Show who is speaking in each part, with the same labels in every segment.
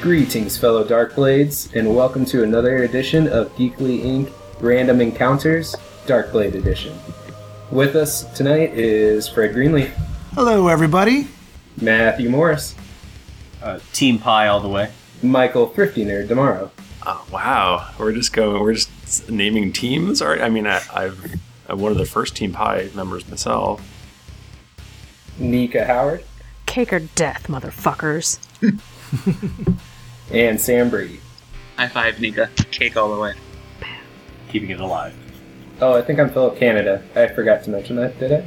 Speaker 1: Greetings, fellow Darkblades, and welcome to another edition of Geekly Inc. Random Encounters Darkblade Edition. With us tonight is Fred Greenleaf,
Speaker 2: Hello, everybody.
Speaker 1: Matthew Morris,
Speaker 3: Uh, team pie all the way.
Speaker 1: Michael Thrifty Nerd Tomorrow,
Speaker 4: Oh, wow, we're just going. We're just naming teams. Or I mean, I, I've I'm one of the first Team Pie members myself.
Speaker 1: Nika Howard,
Speaker 5: Cake or death, motherfuckers.
Speaker 1: and Sam Brady.
Speaker 6: High five, Nika. Cake all the way.
Speaker 3: Keeping it alive.
Speaker 1: Oh, I think I'm Philip Canada. I forgot to mention that, did I?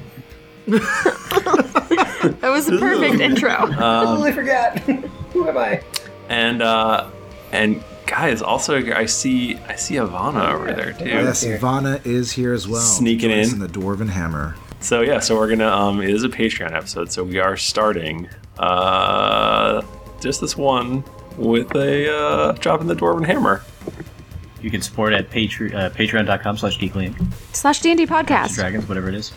Speaker 5: That was the perfect intro.
Speaker 1: totally forgot. Um, Who am I?
Speaker 4: And uh, and guys, also I see I see Ivana over there too.
Speaker 2: Oh, Yes,
Speaker 1: here.
Speaker 2: Ivana is here as well.
Speaker 4: Sneaking
Speaker 2: Join us
Speaker 4: in.
Speaker 2: the Dwarven Hammer.
Speaker 4: So yeah, so we're gonna um, it is a Patreon episode, so we are starting uh just this one with a uh, drop in the dwarven hammer.
Speaker 3: You can support at patre- uh, patreon.com slash geekly Inc.
Speaker 5: Slash D&D podcast.
Speaker 3: dragons, whatever it is.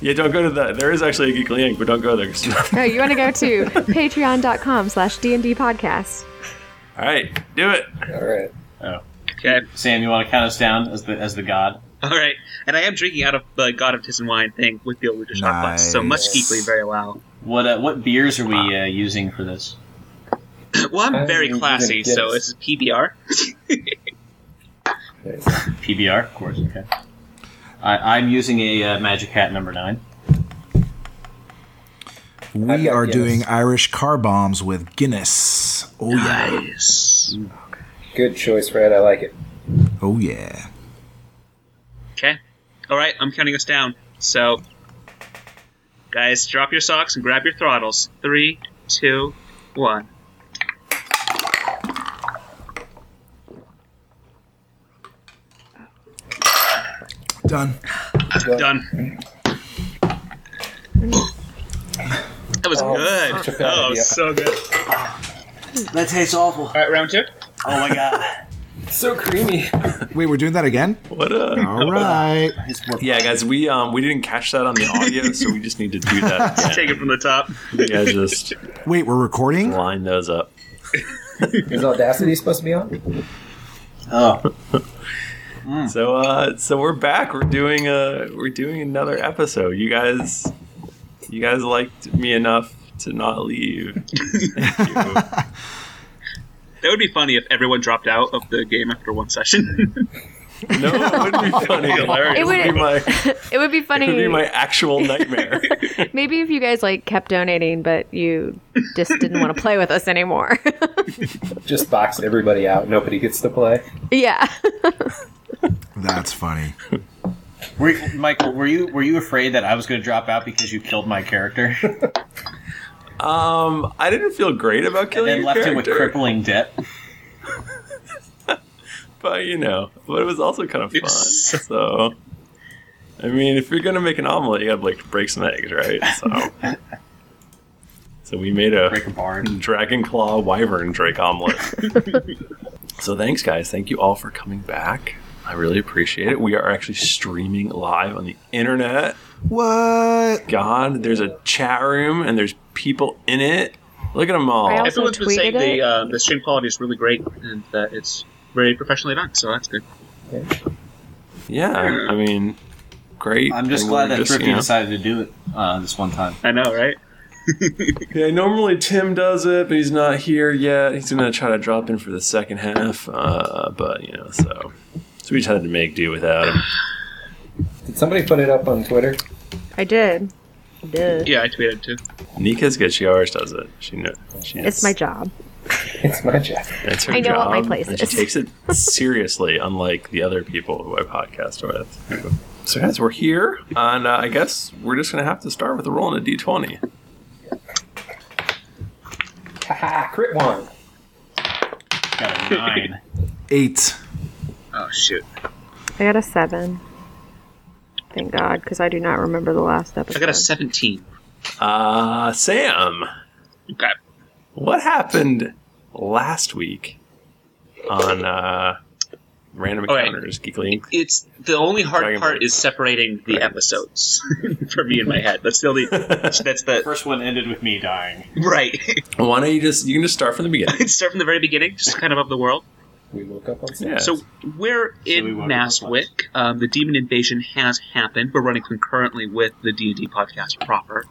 Speaker 4: Yeah, don't go to that. There is actually a Geekly Inc., but don't go there. 'cause-
Speaker 5: No, you want to go to patreon.com slash D&D podcast.
Speaker 4: All right, do it.
Speaker 1: All right.
Speaker 3: Oh.
Speaker 6: Okay.
Speaker 3: Sam, you want to count us down as the as the god?
Speaker 6: All right. And I am drinking out of the God of Tiss and Wine thing with the Illusion Shot Glass. So much
Speaker 2: Nice.
Speaker 6: geekly, very loud.
Speaker 3: What uh, what beers are we uh, using for this?
Speaker 6: well, I'm
Speaker 1: I'm
Speaker 6: very
Speaker 1: using
Speaker 6: classy,
Speaker 1: Guinness.
Speaker 6: so this is PBR.
Speaker 1: There's-
Speaker 3: PBR, of course. Okay. I, I'm using a uh, Magic Hat number nine.
Speaker 1: I've
Speaker 2: We
Speaker 1: got
Speaker 2: are
Speaker 1: Guinness.
Speaker 2: doing Irish car bombs with Guinness. Oh yeah.
Speaker 6: Nice.
Speaker 1: Good choice, Fred. I like it.
Speaker 2: Oh yeah.
Speaker 6: Okay. All right. I'm counting us down. So, guys, drop your socks and grab your throttles. Three, two, one.
Speaker 2: Done.
Speaker 6: Done. That was
Speaker 1: bad
Speaker 6: good. Oh,
Speaker 1: idea.
Speaker 6: so good.
Speaker 3: That tastes awful.
Speaker 6: All right, round two.
Speaker 3: Oh my god.
Speaker 1: So creamy.
Speaker 2: Wait, we're doing that again?
Speaker 4: What a
Speaker 2: All right.
Speaker 3: It's more-
Speaker 4: Yeah, guys, we um we didn't catch that on the audio, so we just need to do that. Again.
Speaker 6: Take it from the top.
Speaker 4: You guys just
Speaker 2: Wait, we're recording?
Speaker 4: line those up.
Speaker 1: Is Audacity supposed to be on?
Speaker 3: Oh. Hmm.
Speaker 4: So uh so we're back. We're doing uh we're doing another episode. You guys you guys liked me enough to not leave. Thank you.
Speaker 6: That would be funny if everyone dropped out of the game after one session.
Speaker 4: No, it wouldn't be funny.
Speaker 5: It
Speaker 4: It would be
Speaker 5: would-
Speaker 4: my
Speaker 5: It would be
Speaker 4: it would be
Speaker 5: funny.
Speaker 4: my actual nightmare.
Speaker 5: Maybe if you guys like kept donating, but you just didn't want to play with us anymore.
Speaker 1: Just boxed everybody out. Nobody gets to play.
Speaker 5: yeah.
Speaker 2: That's funny.
Speaker 3: Were you- Michael, were you were you afraid that I was going to drop out because you killed my character
Speaker 4: Um I didn't feel great about
Speaker 3: and
Speaker 4: killing
Speaker 3: then
Speaker 4: your
Speaker 3: left him with
Speaker 4: character,
Speaker 3: crippling debt?
Speaker 4: But you know, but it was also kind of fun.
Speaker 6: Yes.
Speaker 4: So I mean, if you're gonna make an omelet, you gotta like break some eggs, right? So So we made a
Speaker 3: Break a barn.
Speaker 4: Dragon Claw Wyvern Drake omelet. so thanks, guys. Thank you all for coming back. I really appreciate it. We are actually streaming live on the internet.
Speaker 2: What?
Speaker 4: God, there's a chat room and there's people in it. Look at them all.
Speaker 5: Right.
Speaker 6: Everyone's been saying
Speaker 5: tweeted it?
Speaker 6: the uh, the stream quality is really great and that it's very professionally done, so that's good.
Speaker 4: Yeah, I mean, great.
Speaker 3: I'm just
Speaker 4: And
Speaker 3: glad
Speaker 4: we're
Speaker 3: that Thrifty
Speaker 4: you know-
Speaker 3: decided to do it uh, this one time.
Speaker 6: I know, right?
Speaker 4: Yeah, normally Tim does it, but he's not here yet. He's gonna try to drop in for the second half, uh, but you know, so so we just had to make do without him.
Speaker 1: Did somebody put it up on Twitter?
Speaker 5: I did. Duh.
Speaker 6: Yeah, I tweeted too.
Speaker 4: Nika's good. She always does it. She knows. She
Speaker 5: It's my job.
Speaker 1: It's my job.
Speaker 4: It's her
Speaker 5: I know
Speaker 4: job,
Speaker 5: what my place
Speaker 4: and she
Speaker 5: is.
Speaker 4: takes it seriously, unlike the other people who I podcast with. So, guys, we're here, and uh, I guess we're just gonna have to start with a roll in a d20.
Speaker 1: Haha, crit one.
Speaker 3: Got a nine.
Speaker 2: Eight.
Speaker 6: Oh shoot.
Speaker 5: I got a seven. Thank God, because I do not remember the last episode.
Speaker 6: I got a seventeen.
Speaker 4: Uh, Sam,
Speaker 6: Okay.
Speaker 4: what happened last week on uh, Random
Speaker 6: All right.
Speaker 4: Encounters, Geekly Inc.
Speaker 6: It's the only hard
Speaker 4: Dragon
Speaker 6: part
Speaker 4: Ball.
Speaker 6: is separating the
Speaker 4: Dragons.
Speaker 6: episodes for me in my head. That's the only. That's
Speaker 3: The
Speaker 6: the
Speaker 3: first one ended with me dying.
Speaker 6: right.
Speaker 4: Why don't you just you can just start from the beginning?
Speaker 6: Start from the very beginning, just kind of of the world.
Speaker 1: We woke up on
Speaker 4: Yeah.
Speaker 6: So we're in
Speaker 3: we won't
Speaker 6: Naswick. Um, the demon invasion has happened. We're running concurrently with the D and D podcast proper,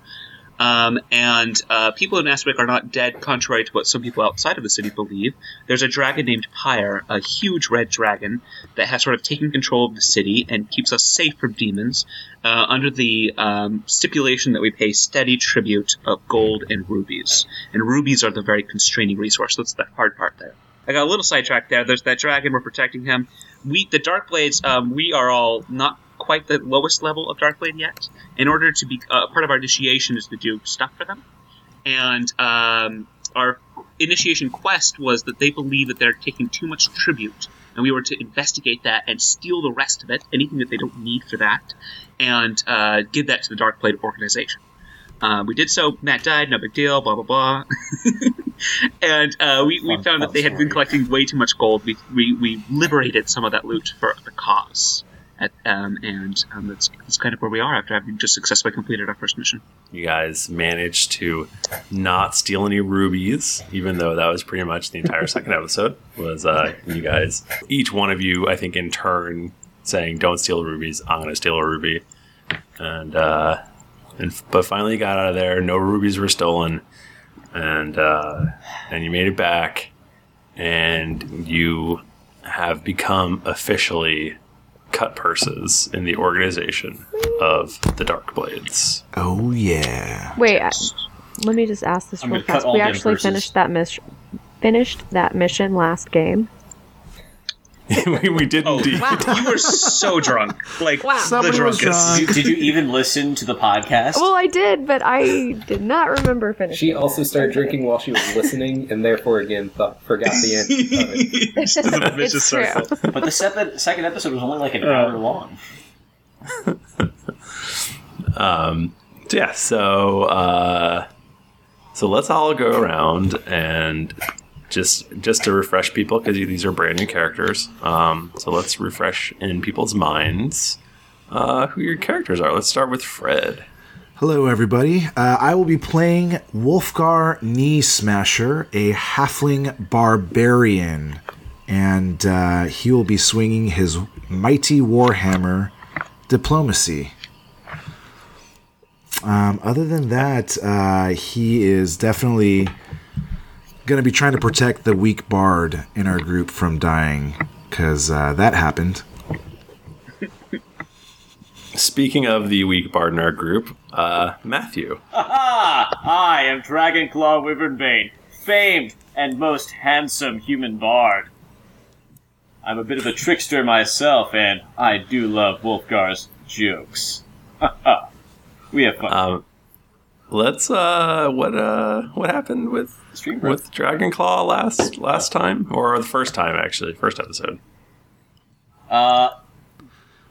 Speaker 6: um, and uh, people in Naswick are not dead, contrary to what some people outside of the city believe. There's a dragon named Pyre, a huge red dragon that has sort of taken control of the city and keeps us safe from demons, uh, under the um, stipulation that we pay steady tribute of gold and rubies. And rubies are the very constraining resource. That's the hard part there. I got a little sidetracked there. There's that dragon. We're protecting him. We, the Darkblades, um, we are all not quite the lowest level of Darkblade yet. In order to be uh, part of our initiation is to do stuff for them, and um, our initiation quest was that they believe that they're taking too much tribute, and we were to investigate that and steal the rest of it, anything that they don't need for that, and uh, give that to the Darkblade organization. Um, we did so. Matt died. No big deal. Blah blah blah. and uh, we, we
Speaker 3: Fun-
Speaker 6: found that
Speaker 3: fun
Speaker 6: they had
Speaker 3: story.
Speaker 6: been collecting way too much gold. We, we, we liberated some of that loot for the cause. At, um, and um, that's, that's kind of where we are after having just successfully completed our first mission.
Speaker 4: you guys managed to not steal any rubies, even though that was pretty much the entire second episode. Was uh, you guys each one of you, I think, in turn saying, "Don't steal rubies. I'm going to steal a ruby," and uh, and but finally got out of there. No rubies were stolen, and uh, and you made it back, and you have become officially cut purses in the organization of the Dark Blades.
Speaker 2: Oh yeah.
Speaker 5: Wait, I, let me just ask this
Speaker 3: I'm
Speaker 5: real
Speaker 3: gonna cut
Speaker 5: fast.
Speaker 3: all
Speaker 5: We
Speaker 3: damn
Speaker 5: actually
Speaker 3: purses.
Speaker 5: finished that mission. Finished that mission last game.
Speaker 4: we, we did
Speaker 6: Oh,
Speaker 4: indeed.
Speaker 6: you were so drunk. Like,
Speaker 5: Wow.
Speaker 6: the
Speaker 2: Somebody was
Speaker 6: drunkest.
Speaker 2: drunk.
Speaker 3: Did, did you even listen to the podcast?
Speaker 5: Well, I did, but I did not remember finishing.
Speaker 1: She also started drinking while she was listening, and therefore again thought, forgot the end. Of it. Um,
Speaker 5: It's just a
Speaker 6: vicious circle.
Speaker 3: but the second, second episode was only like
Speaker 6: Uh.
Speaker 3: an hour long.
Speaker 4: So, yeah, so uh, so let's all go around and just just to refresh people because these are brand new characters. Um, so let's refresh in people's minds uh, who your characters are. Let's start with Fred.
Speaker 2: Hello, everybody. Uh, I will be playing Wolfgar Knee Smasher, a halfling barbarian, and uh, he will be swinging his mighty warhammer, Diplomacy. Um, other than that, uh, he is definitely going to be trying to protect the weak bard in our group from dying, because uh, that happened.
Speaker 4: Speaking of the weak bard in our group, uh, Matthew.
Speaker 3: Ah, I am Dragonclaw Wyvernbane, famed and most handsome human bard. I'm a bit of a trickster myself, and I do love Wolfgar's jokes. we have fun.
Speaker 4: Um, let's uh, what uh, what happened with
Speaker 3: Stream room.
Speaker 4: with Dragonclaw last last time or the first time actually first episode.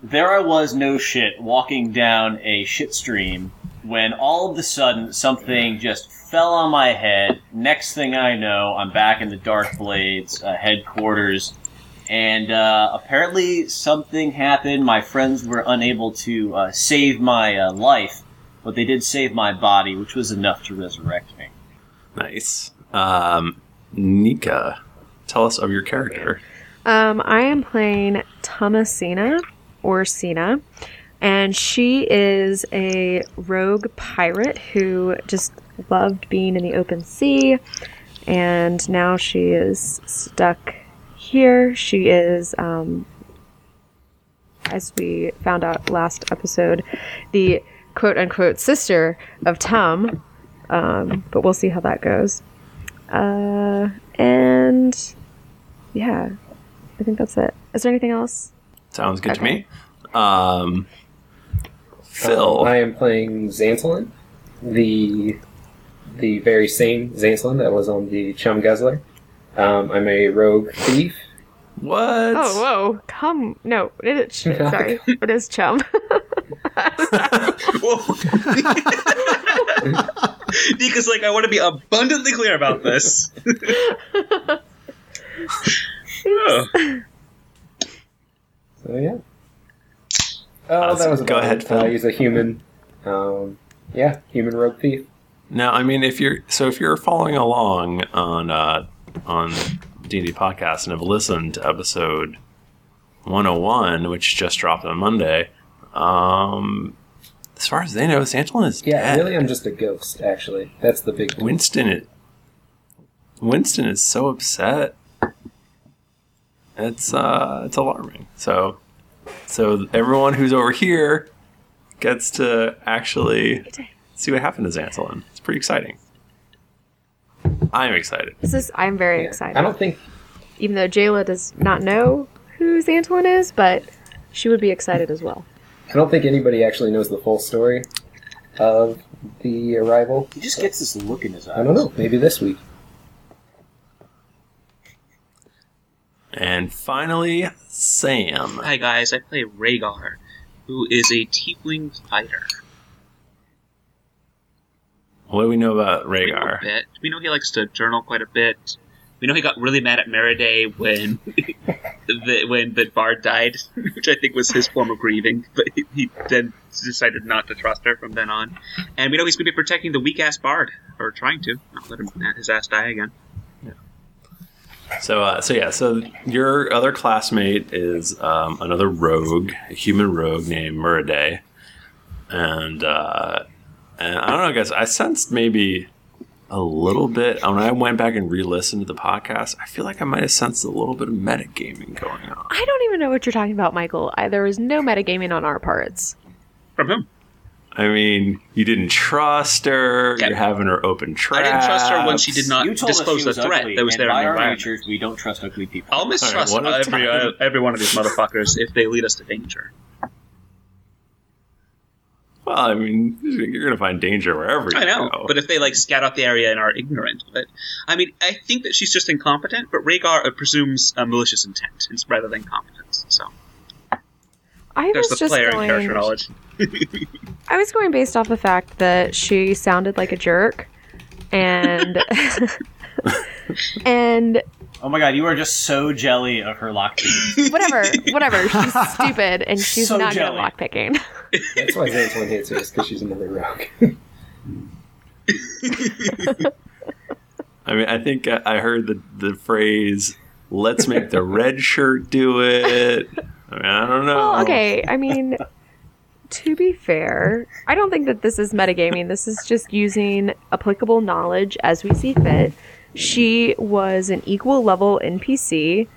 Speaker 3: There I was, no shit, walking down a shit stream when all of a sudden something just fell on my head. Next thing I know, I'm back in the Dark Blades uh, headquarters, and uh, apparently something happened. My friends were unable to uh, save my uh, life, but they did save my body, which was enough to resurrect me.
Speaker 4: Nice. Um, Nika, tell us of your character.
Speaker 5: Um, I am playing Thomasina or Sina, and she is a rogue pirate who just loved being in the open sea, and now she is stuck here. She is, um, as we found out last episode, the quote unquote sister of Tom, um, but we'll see how that goes. Uh, and yeah, I think that's it. Is there anything else?
Speaker 4: Sounds good
Speaker 5: Okay.
Speaker 4: to me. Um, Phil.
Speaker 1: I am playing Xantolin, the the very same Xantolin that was on the Chum Guzzler. Um, I'm a rogue thief.
Speaker 4: what?
Speaker 5: Oh, whoa. Come. No, it is. ch- Sorry. It is chum.
Speaker 6: Nika's like, I want to be abundantly clear about this. Oh.
Speaker 1: So yeah. Oh, that
Speaker 4: Awesome.
Speaker 1: was
Speaker 4: Go
Speaker 1: about
Speaker 4: ahead,
Speaker 1: it.
Speaker 4: Phil.
Speaker 1: Uh, he's a human. Um, yeah, human rogue thief.
Speaker 4: Now, I mean, if you're so if you're following along on uh, on D and D podcast and have listened to episode 101, which just dropped on Monday, um, as far as they know, Santalin is
Speaker 1: Yeah,
Speaker 4: dead.
Speaker 1: really, I'm just a ghost. Actually, that's the big.
Speaker 4: Winston is, Winston is so upset. It's uh, it's alarming. So, so everyone who's over here gets to actually see what happened to Xantolin. It's pretty exciting. I'm excited.
Speaker 5: This is I'm very
Speaker 1: Yeah.
Speaker 5: excited.
Speaker 1: I don't think.
Speaker 5: Even though Jayla does not know who Xantolin is, but she would be excited as well.
Speaker 1: I don't think anybody actually knows the full story of the arrival.
Speaker 3: He just gets this look in his eyes.
Speaker 1: I don't know. Maybe this week.
Speaker 4: And finally, Sam.
Speaker 6: Hi guys, I play Rhaegar, who is a tiefling fighter.
Speaker 4: What do we know about
Speaker 6: We know a
Speaker 4: Rhaegar?
Speaker 6: bit. We know he likes to journal quite a bit. We know he got really mad at Meriday when the when the bard died, which I think was his form of grieving. But he, he then decided not to trust her from then on. And we know he's going to be protecting the weak ass bard, or trying to, not let him his ass die again.
Speaker 4: So, uh, so yeah. So your other classmate is um, another rogue, a human rogue named Muraday, and uh, and I don't know, guys. I sensed maybe a little bit uh, when I went back and re-listened to the podcast. I feel like I might have sensed a little bit of metagaming going on.
Speaker 5: I don't even know what you're talking about, Michael. I, there was no metagaming on our parts.
Speaker 6: From whom?
Speaker 4: I mean, you didn't trust her.
Speaker 6: Yeah.
Speaker 4: You're having her open
Speaker 6: I
Speaker 4: traps.
Speaker 6: didn't trust her when she did not
Speaker 3: You told us she
Speaker 6: disclose
Speaker 3: was
Speaker 6: the threat
Speaker 3: ugly,
Speaker 6: that was
Speaker 3: and
Speaker 6: there in
Speaker 3: by
Speaker 6: the
Speaker 3: our
Speaker 6: environment.
Speaker 3: natures, we don't trust ugly people.
Speaker 6: I'll mistrust
Speaker 4: All right, one at a
Speaker 6: every uh,
Speaker 4: time.
Speaker 6: every one of these motherfuckers if they lead us to danger.
Speaker 4: Well, I mean, you're gonna find danger wherever you
Speaker 6: I know,
Speaker 4: go.
Speaker 6: but if they like scout out the area and are ignorant of it, I mean, I think that she's just incompetent. But Rhaegar uh, presumes uh, malicious intent ins- rather than competence. So
Speaker 5: I
Speaker 6: there's
Speaker 5: was
Speaker 6: the
Speaker 5: just
Speaker 6: player
Speaker 5: going.
Speaker 6: in character knowledge.
Speaker 5: I was going based off the fact that she sounded like a jerk, and and
Speaker 3: Oh my god, you are just so jelly of her lockpick.
Speaker 5: whatever, whatever. She's stupid, and she's
Speaker 3: So
Speaker 5: not good at
Speaker 3: jelly.
Speaker 5: lockpicking.
Speaker 1: That's why Xantolin hates her, is because she's another rogue.
Speaker 4: I mean, I think I I heard the the phrase "Let's make the red shirt do it." I mean, I don't know.
Speaker 5: Well, okay. I mean, to be fair, I don't think that this is metagaming. This is just using applicable knowledge as we see fit. She was an equal level NPC,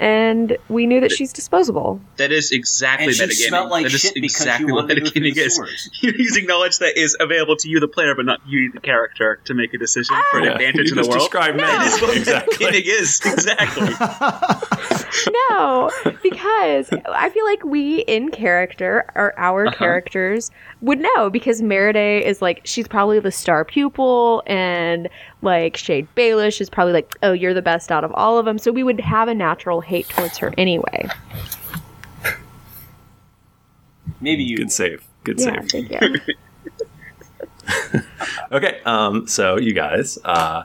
Speaker 5: and we knew that she's disposable.
Speaker 6: That is exactly
Speaker 3: and she
Speaker 6: metagaming.
Speaker 3: smelled like
Speaker 6: that is
Speaker 3: shit
Speaker 6: exactly
Speaker 3: because you
Speaker 6: what
Speaker 3: wanted to go through
Speaker 6: metagaming
Speaker 3: the
Speaker 6: is.
Speaker 3: sewers.
Speaker 6: You're using knowledge that is available to you, the player, but not you, the character, to make a decision for an
Speaker 4: Yeah,
Speaker 6: advantage
Speaker 4: you
Speaker 6: in the
Speaker 4: just
Speaker 6: world.
Speaker 4: described
Speaker 6: That is what
Speaker 4: metagaming, exactly.
Speaker 6: metagaming is exactly.
Speaker 5: No, because I feel like we in character or our
Speaker 6: Uh-huh.
Speaker 5: characters would know because Meriday is like she's probably the star pupil and like Shade Baelish is probably like oh you're the best out of all of them so we would have a natural hate towards her anyway.
Speaker 3: Maybe you.
Speaker 4: Good save. Good
Speaker 5: Yeah,
Speaker 4: save.
Speaker 5: thank you.
Speaker 4: Okay. Um. So you guys, uh,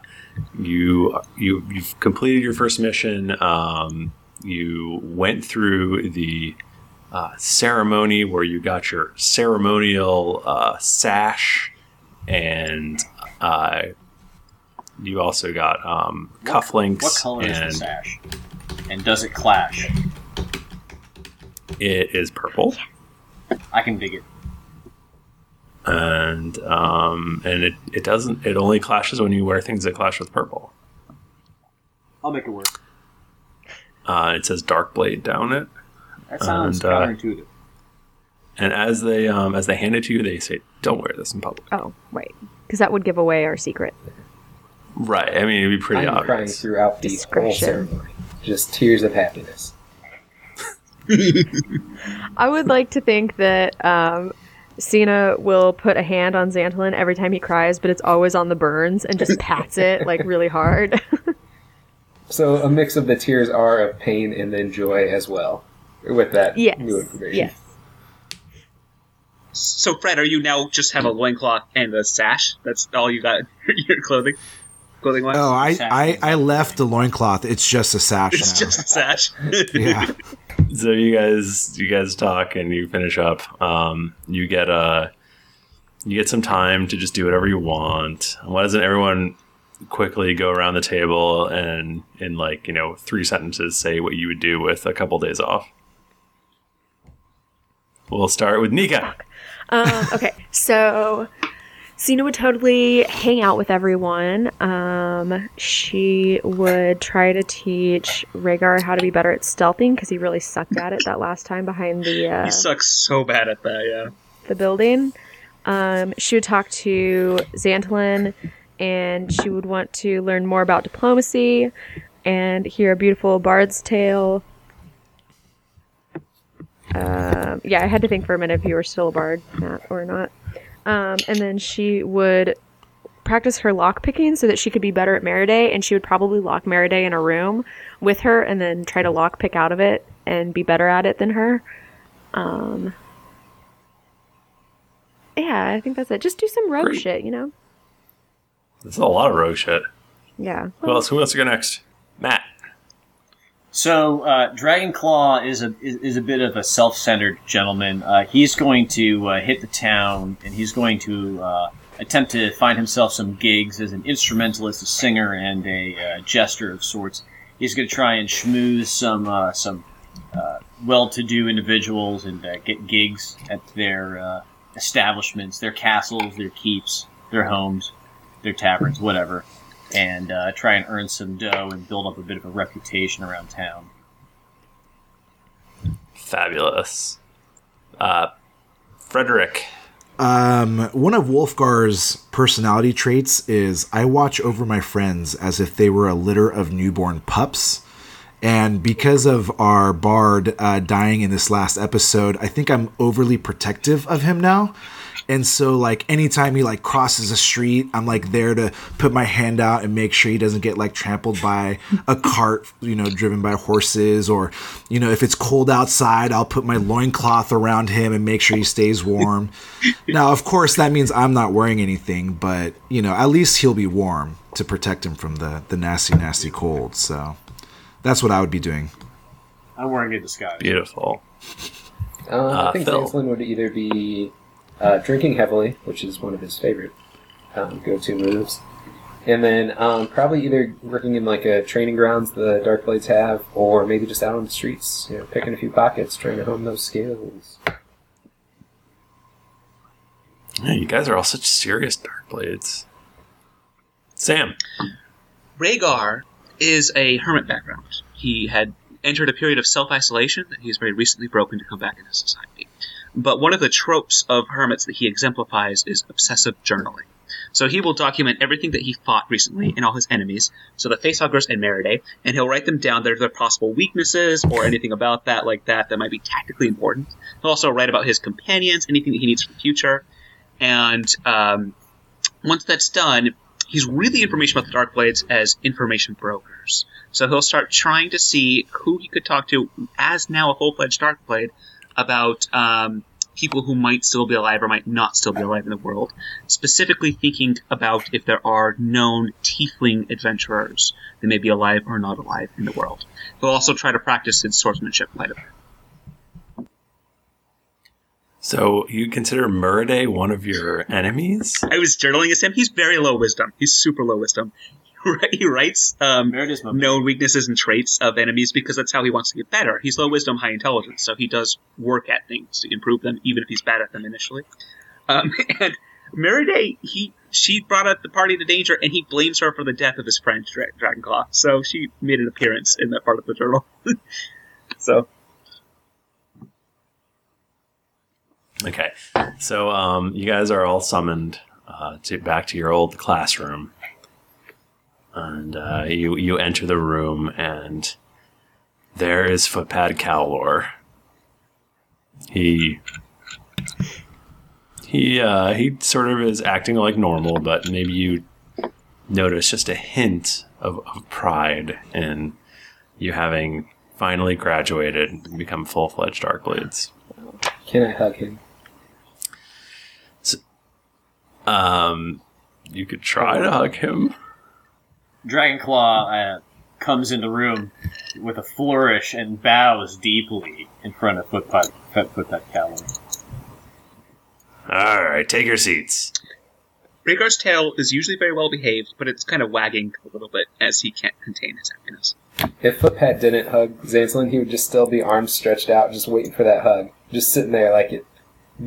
Speaker 4: you you you've completed your first mission. Um. You went through the uh, ceremony where you got your ceremonial uh, sash, and uh, you also got um, cufflinks.
Speaker 3: What color
Speaker 4: and
Speaker 3: is the sash? And does it clash?
Speaker 4: It is purple.
Speaker 3: I can dig it.
Speaker 4: and um, and it, it doesn't it only clashes when you wear things that clash with purple.
Speaker 3: I'll make it work.
Speaker 4: Uh, it says dark blade down it,
Speaker 3: That sounds
Speaker 4: And, uh,
Speaker 3: counterintuitive.
Speaker 4: and as they um, as they hand it to you, they say, "Don't wear this in public."
Speaker 5: Oh right, because that would give away our secret.
Speaker 4: Right? I mean, it'd be pretty
Speaker 1: I'm crying
Speaker 4: obvious.
Speaker 1: throughout the whole
Speaker 5: Discretion.
Speaker 1: ceremony. Just tears of happiness.
Speaker 5: I would like to think that um, Cena will put a hand on Xantolin every time he cries, but it's always on the burns and just pats it like really hard.
Speaker 1: So a mix of the tears are of pain and then joy as well. With that
Speaker 5: yes.
Speaker 1: new information.
Speaker 5: Yes.
Speaker 6: So, Fred, are you now just have a loincloth and a sash? That's all you got. Your clothing, clothing wise.
Speaker 2: Oh, I, I, I left the loincloth. It's just a sash
Speaker 6: It's
Speaker 2: now.
Speaker 6: just a sash.
Speaker 2: yeah.
Speaker 4: so you guys you guys talk and you finish up. Um, you get uh you get some time to just do whatever you want. Why doesn't everyone quickly go around the table and in like you know three sentences say what you would do with a couple days off? We'll start with Nika.
Speaker 5: Um, okay, so Cena would totally hang out with everyone. Um, she would try to teach Rhaegar how to be better at stealthing because he really sucked at it that last time behind the uh,
Speaker 6: He sucks so bad at that, yeah.
Speaker 5: the building. Um, she would talk to Xantolin, and she would want to learn more about diplomacy and hear a beautiful bard's tale. Um, yeah, I had to think for a minute if you were still a bard Matt, or not. Um, and then she would practice her lock picking so that she could be better at Meriday, and she would probably lock Meriday in a room with her and then try to lock pick out of it and be better at it than her. Um, yeah, I think that's it. Just do some rogue
Speaker 4: Great.
Speaker 5: shit, you know?
Speaker 4: This is a lot of rogue shit.
Speaker 5: Yeah.
Speaker 4: Who else? Who wants to go next? Matt.
Speaker 3: So uh, Dragonclaw is a is, is a bit of a self centered gentleman. Uh, he's going to uh, hit the town, and he's going to uh, attempt to find himself some gigs as an instrumentalist, a singer, and a uh, jester of sorts. He's going to try and schmooze some uh, some uh, well to do individuals and uh, get gigs at their uh, establishments, their castles, their keeps, their homes, their taverns, whatever and uh, try and earn some dough and build up a bit of a reputation around town.
Speaker 4: Fabulous. Uh, Frederick.
Speaker 2: Um, one of Wolfgar's personality traits is I watch over my friends as if they were a litter of newborn pups. And because of our bard uh, dying in this last episode, I think I'm overly protective of him now. And so, like, anytime he like crosses a street, I'm like there to put my hand out and make sure he doesn't get like trampled by a cart, you know, driven by horses. Or, you know, if it's cold outside, I'll put my loincloth around him and make sure he stays warm. now, of course, that means I'm not wearing anything, but you know, at least he'll be warm to protect him from the the nasty, nasty cold. So, that's what I would be doing.
Speaker 3: I'm wearing a disguise.
Speaker 4: Beautiful.
Speaker 1: Uh, I
Speaker 4: Uh,
Speaker 1: think
Speaker 4: Phil.
Speaker 1: Dancelin would either be uh, drinking heavily, which is one of his favorite um, go-to moves, and then um, probably either working in like a training grounds the Dark Blades have, or maybe just out on the streets, you know, picking a few pockets, trying to hone those skills.
Speaker 4: Yeah, you guys are all such serious dark blades. Sam.
Speaker 6: Rhaegar is a hermit background. He had entered a period of self isolation that he has very recently broken to come back into society. But one of the tropes of hermits that he exemplifies is obsessive journaling. So he will document everything that he fought recently and all his enemies, so the facehuggers and Meridae, and he'll write them down their, their possible weaknesses or anything about that like that that might be tactically important. He'll also write about his companions, anything that he needs for the future, and um, once that's done, he's really information about the Dark Blades as information brokers. So he'll start trying to see who he could talk to as now a full fledged Dark Blade about um, people who might still be alive or might not still be alive in the world. Specifically thinking about if there are known tiefling adventurers that may be alive or not alive in the world. He'll also try to practice his swordsmanship quite a bit.
Speaker 4: So you consider Muraday one of your enemies?
Speaker 6: I was journaling as him. He's very low wisdom. He's super low wisdom. He writes um,
Speaker 3: Merit is my
Speaker 6: known weaknesses and traits of enemies because that's how he wants to get better. He's low wisdom, high intelligence, so he does work at things to improve them, even if he's bad at them initially. Um, and Meriday, he she brought up the party to danger, and he blames her for the death of his friend Dra- Dragonclaw. So she made an appearance in that part of the journal. so
Speaker 4: Okay. So um, you guys are all summoned uh, to back to your old classroom, and uh, you you enter the room, and there is Footpad Cowlor. He he uh, he sort of is acting like normal, but maybe you notice just a hint of, of pride in you having finally graduated and become full fledged Darkblades.
Speaker 1: Can I hug him?
Speaker 4: Um, you could try to hug him.
Speaker 3: Dragonclaw uh, comes in the room with a flourish and bows deeply in front of Footpad Footpad Calvin.
Speaker 4: All right, take your seats.
Speaker 6: Rhaegar's tail is usually very well behaved, but it's kind of wagging a little bit as he can't contain his happiness.
Speaker 1: If Footpad didn't hug Zanslin, he would just still be arms stretched out, just waiting for that hug. Just sitting there like it.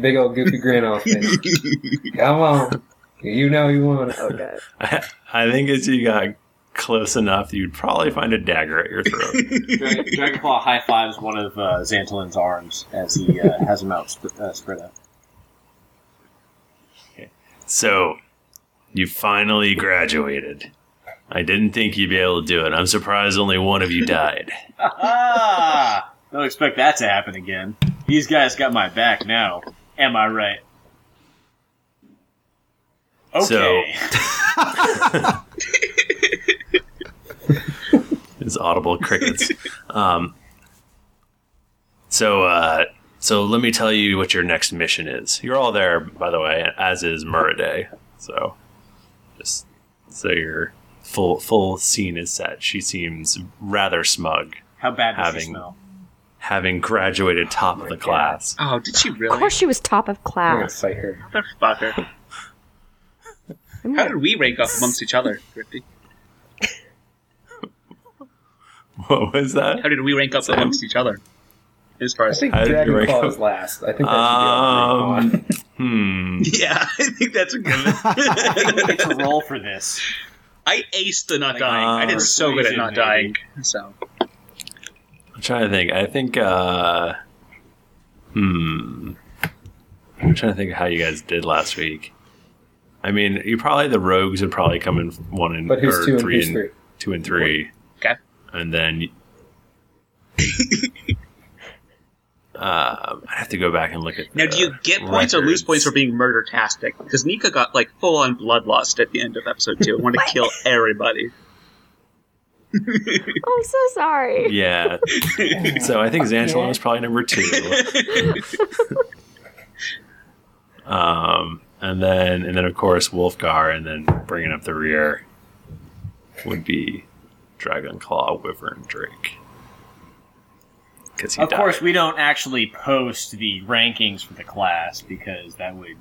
Speaker 1: Big old goofy grin on his face. Come on. You know you want it.
Speaker 5: Okay.
Speaker 4: I, I think as you got close enough, you'd probably find a dagger at your throat.
Speaker 3: Dragon, Dragonclaw high fives one of uh, Xantalan's arms as he uh, has him out sp- uh, spread out.
Speaker 4: so, you finally graduated. I didn't think you'd be able to do it. I'm surprised only one of you died.
Speaker 3: Ah! Don't expect that to happen again. These guys got my back now. Am I right? Okay.
Speaker 4: It's audible crickets. um, so, uh, so let me tell you what your next mission is. You're all there, by the way, as is Muraday. So, just so your full full scene is set. She seems rather smug,
Speaker 3: How bad does she
Speaker 4: Having-
Speaker 3: smell?
Speaker 4: having graduated top of the class.
Speaker 6: Oh, did she
Speaker 5: Of
Speaker 6: really?
Speaker 5: course, she was top of
Speaker 1: I'm going to
Speaker 5: class.
Speaker 1: fight her.
Speaker 6: Motherfucker. How did we rank up amongst each other, Griffy?
Speaker 4: What was that?
Speaker 6: How did we rank up amongst each other? As far
Speaker 1: I
Speaker 6: as
Speaker 1: think
Speaker 4: How did you
Speaker 1: Dragon
Speaker 4: rank
Speaker 1: Claw
Speaker 4: up?
Speaker 1: is last. I think that should be all three.
Speaker 4: Um, hmm.
Speaker 6: yeah, I think that's a good. one.
Speaker 3: I get to roll for this.
Speaker 6: I aced the not
Speaker 3: Like,
Speaker 6: dying. I did so good at not
Speaker 3: persuasion,
Speaker 6: dying. So
Speaker 4: I'm trying to think. I think. uh Hmm. I'm trying to think of how you guys did last week. I mean, you probably the rogues would probably come in one and
Speaker 1: But who's
Speaker 4: or
Speaker 1: two and
Speaker 4: three
Speaker 1: who's
Speaker 4: and
Speaker 1: three?
Speaker 4: two and three.
Speaker 6: Okay.
Speaker 4: And then. um, I'd have to go back and look at.
Speaker 6: now,
Speaker 4: the
Speaker 6: do you get points or lose
Speaker 4: records.
Speaker 6: points for being murder-tastic? Because Nika got like full-on bloodlust at the end of episode two. and Wanted to kill everybody.
Speaker 5: I'm so sorry.
Speaker 4: Yeah. so I think Xantalon is probably number two. um, and then and then of course Wolfgar, and then bringing up the rear would be Dragonclaw, Wyvern, Drake. Because he
Speaker 3: Of
Speaker 4: died.
Speaker 3: course, we don't actually post the rankings for the class because that would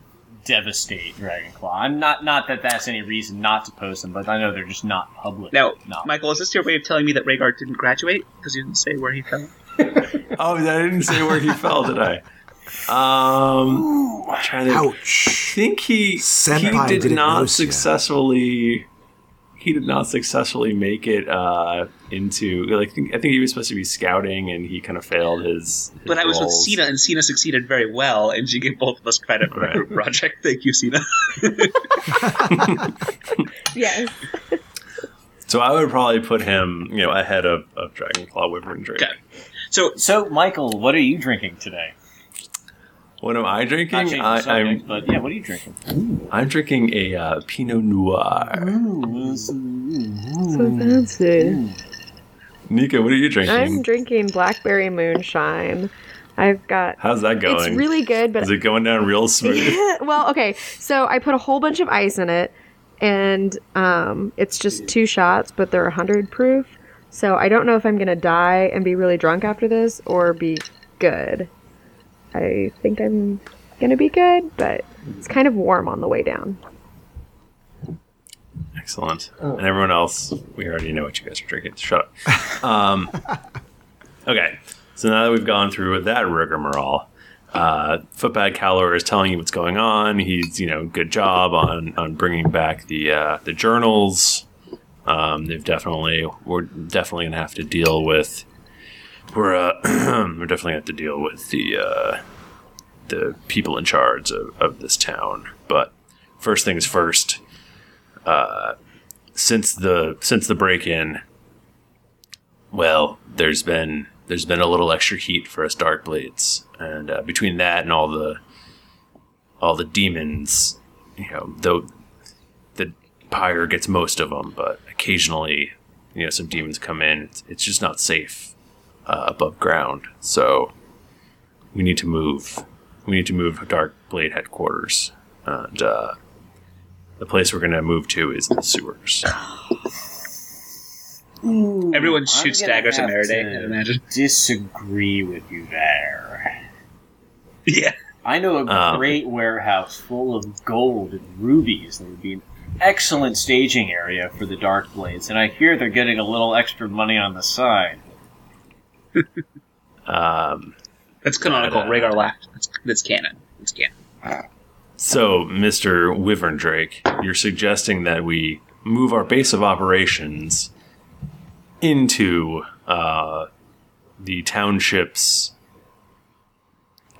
Speaker 3: devastate Dragonclaw. I'm not not that that's any reason not to post them, but I know they're just not public.
Speaker 6: Now,
Speaker 3: not.
Speaker 6: Michael, is this your way of telling me that Rhaegar didn't graduate because you didn't say where he fell?
Speaker 4: Oh, I didn't say where he fell, did I? Um, trying to
Speaker 2: Ouch.
Speaker 4: think he
Speaker 2: Senpai
Speaker 4: he did
Speaker 2: didn't
Speaker 4: not
Speaker 2: notice yet.
Speaker 4: successfully he did not successfully make it uh, into like I think, I think he was supposed to be scouting and he kind of failed his. his
Speaker 6: But I was with
Speaker 4: roles.
Speaker 6: Cena, and Cena succeeded very well, and she gave both of us credit for the
Speaker 4: Right.
Speaker 6: group project. Thank you, Cena.
Speaker 5: Yes.
Speaker 4: So I would probably put him you know ahead of, of Dragon Claw Wyvern Drake.
Speaker 6: Okay. So,
Speaker 3: so, Michael, what are you drinking today?
Speaker 4: What am I
Speaker 3: Not
Speaker 4: drinking?
Speaker 3: changing
Speaker 4: I,
Speaker 3: the subject,
Speaker 4: I'm
Speaker 3: but yeah, what are you drinking?
Speaker 4: I'm drinking a uh, Pinot
Speaker 6: Mm-hmm.
Speaker 4: Noir.
Speaker 5: So fancy.
Speaker 4: Nika, what are you drinking?
Speaker 5: I'm drinking blackberry moonshine. I've got.
Speaker 4: How's that going?
Speaker 5: It's really good, but
Speaker 4: Is it going down real smooth?
Speaker 5: Yeah, well, okay. So I put a whole bunch of ice in it, and um, it's just two shots, but they're 100 proof. So I don't know if I'm going to die and be really drunk after this or be good. I think I'm going to be good, but it's kind of warm on the way down.
Speaker 4: Excellent. And everyone else, we already know what you guys are drinking. Shut up. Um, okay. So now that we've gone through with that rigmarole, uh, Footpad Calor is telling you what's going on. He's, you know, good job on, on bringing back the uh, the journals. Um, they've definitely we're definitely gonna have to deal with we're uh, we're definitely gonna have to deal with the uh, the people in charge of, of this town. But first things first, since the since the break in well there's been there's been a little extra heat for us dark blades and uh, between that and all the all the demons you know though the pyre gets most of them but occasionally you know some demons come in it's, it's just not safe uh, above ground so we need to move we need to move to dark blade headquarters and uh, the place we're going to move to is the sewers
Speaker 6: Everyone
Speaker 3: I'm
Speaker 6: shoots
Speaker 3: gonna
Speaker 6: daggers
Speaker 3: have
Speaker 6: at Merida,
Speaker 3: to
Speaker 6: I imagine.
Speaker 3: Disagree with you there.
Speaker 6: Yeah.
Speaker 3: I know a
Speaker 4: Um.
Speaker 3: great warehouse full of gold and rubies that would be an excellent staging area for the Dark Blades, and I hear they're getting a little extra money on the side.
Speaker 4: Um,
Speaker 6: That's canonical.
Speaker 4: Uh,
Speaker 6: Rhaegar laughed. That's, that's canon. That's canon.
Speaker 4: so, Mr. Wyvern Drake, you're suggesting that we move our base of operations into uh, the township's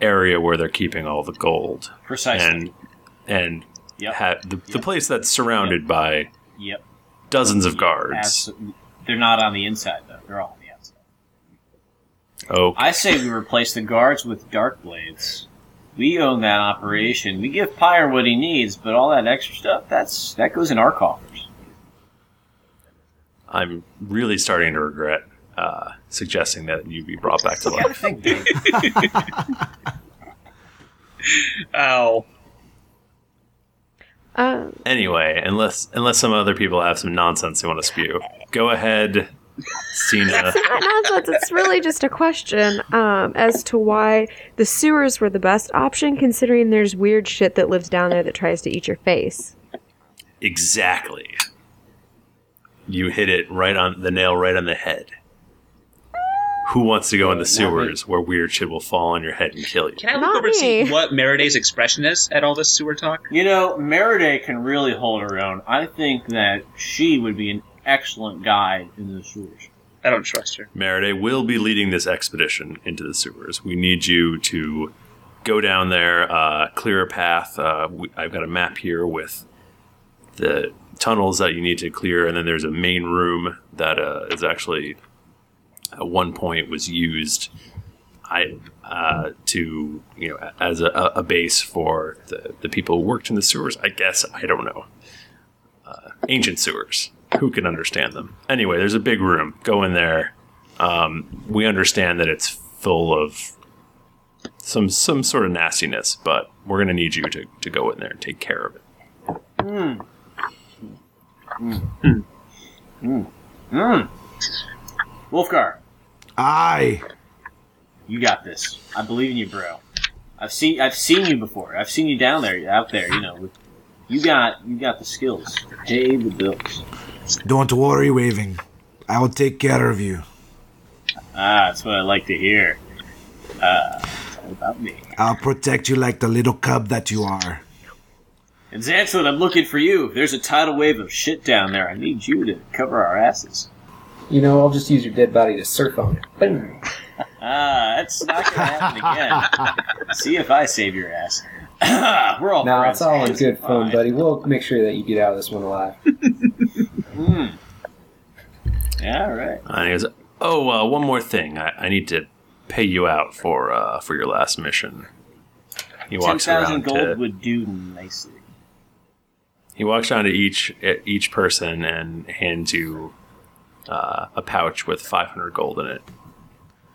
Speaker 4: area where they're keeping all the gold.
Speaker 3: Precisely.
Speaker 4: And and
Speaker 3: Yep.
Speaker 4: ha- the, the place that's surrounded by
Speaker 3: Yep.
Speaker 4: dozens of guards.
Speaker 3: Absolutely. They're not on the inside though. They're all on the outside.
Speaker 4: Oh,
Speaker 3: I say we replace the guards with dark blades. We own that operation. We give Pyre what he needs, but all that extra stuff that's that goes in our coffers.
Speaker 4: I'm really starting to regret uh, suggesting that you be brought back to
Speaker 3: I
Speaker 4: life.
Speaker 3: think they-
Speaker 6: Ow.
Speaker 5: Uh,
Speaker 4: Anyway, unless unless some other people have some nonsense they want to spew, go ahead, Cena.
Speaker 5: it's not nonsense. It's really just a question um, as to why the sewers were the best option, considering there's weird shit that lives down there that tries to eat your face.
Speaker 4: exactly. You hit it right on the nail, right on the head. Who wants to go in the sewers where weird shit will fall on your head and kill you?
Speaker 6: Can I look over and see
Speaker 5: Mommy.
Speaker 6: what Merida's expression is at all this sewer talk?
Speaker 3: you know, Merida can really hold her own. I think that she would be an excellent guide in the sewers.
Speaker 6: I don't trust her.
Speaker 4: Merida will be leading this expedition into the sewers. We need you to go down there, uh, clear a path. Uh, we, I've got a map here with the tunnels that you need to clear, and then there's a main room that uh, is actually at one point was used I uh, to you know a- as a, a base for the, the people who worked in the sewers. I guess I don't know Uh, ancient sewers. Who can understand them? Anyway, there's a big room. Go in there. Um, we understand that it's full of some some sort of nastiness, but we're gonna need you to, to go in there and take care of it.
Speaker 3: Wolfgar,
Speaker 2: I.
Speaker 3: you got this. I believe in you, bro. I've seen I've seen you before. I've seen you down there out there, you know, with you got you got the skills. Pay the bills.
Speaker 2: Don't worry, Waving. I will take care of you.
Speaker 3: Ah, that's what I like to hear. Uh, it's all about me.
Speaker 2: I'll protect you like the little cub that you are.
Speaker 3: And Zantlan, I'm looking for you. If There's a tidal wave of shit down there. I need you to cover our asses.
Speaker 1: You know, I'll just use your dead body to surf on it. Boom.
Speaker 3: Ah, that's not gonna happen again. See if I save your ass. We're all
Speaker 1: Now
Speaker 3: friends.
Speaker 1: it's all in good fun,
Speaker 3: Fine.
Speaker 1: buddy. We'll make sure that you get out of this one alive.
Speaker 3: Yeah, all right.
Speaker 4: And he goes, "Oh, uh, one more thing. I, I need to pay you out for uh, for your last mission." He
Speaker 3: Ten
Speaker 4: walks
Speaker 3: thousand
Speaker 4: around uh,
Speaker 3: gold
Speaker 4: to,
Speaker 3: would do nicely.
Speaker 4: he walks around to each each person and hands you uh, a pouch with 500 gold in it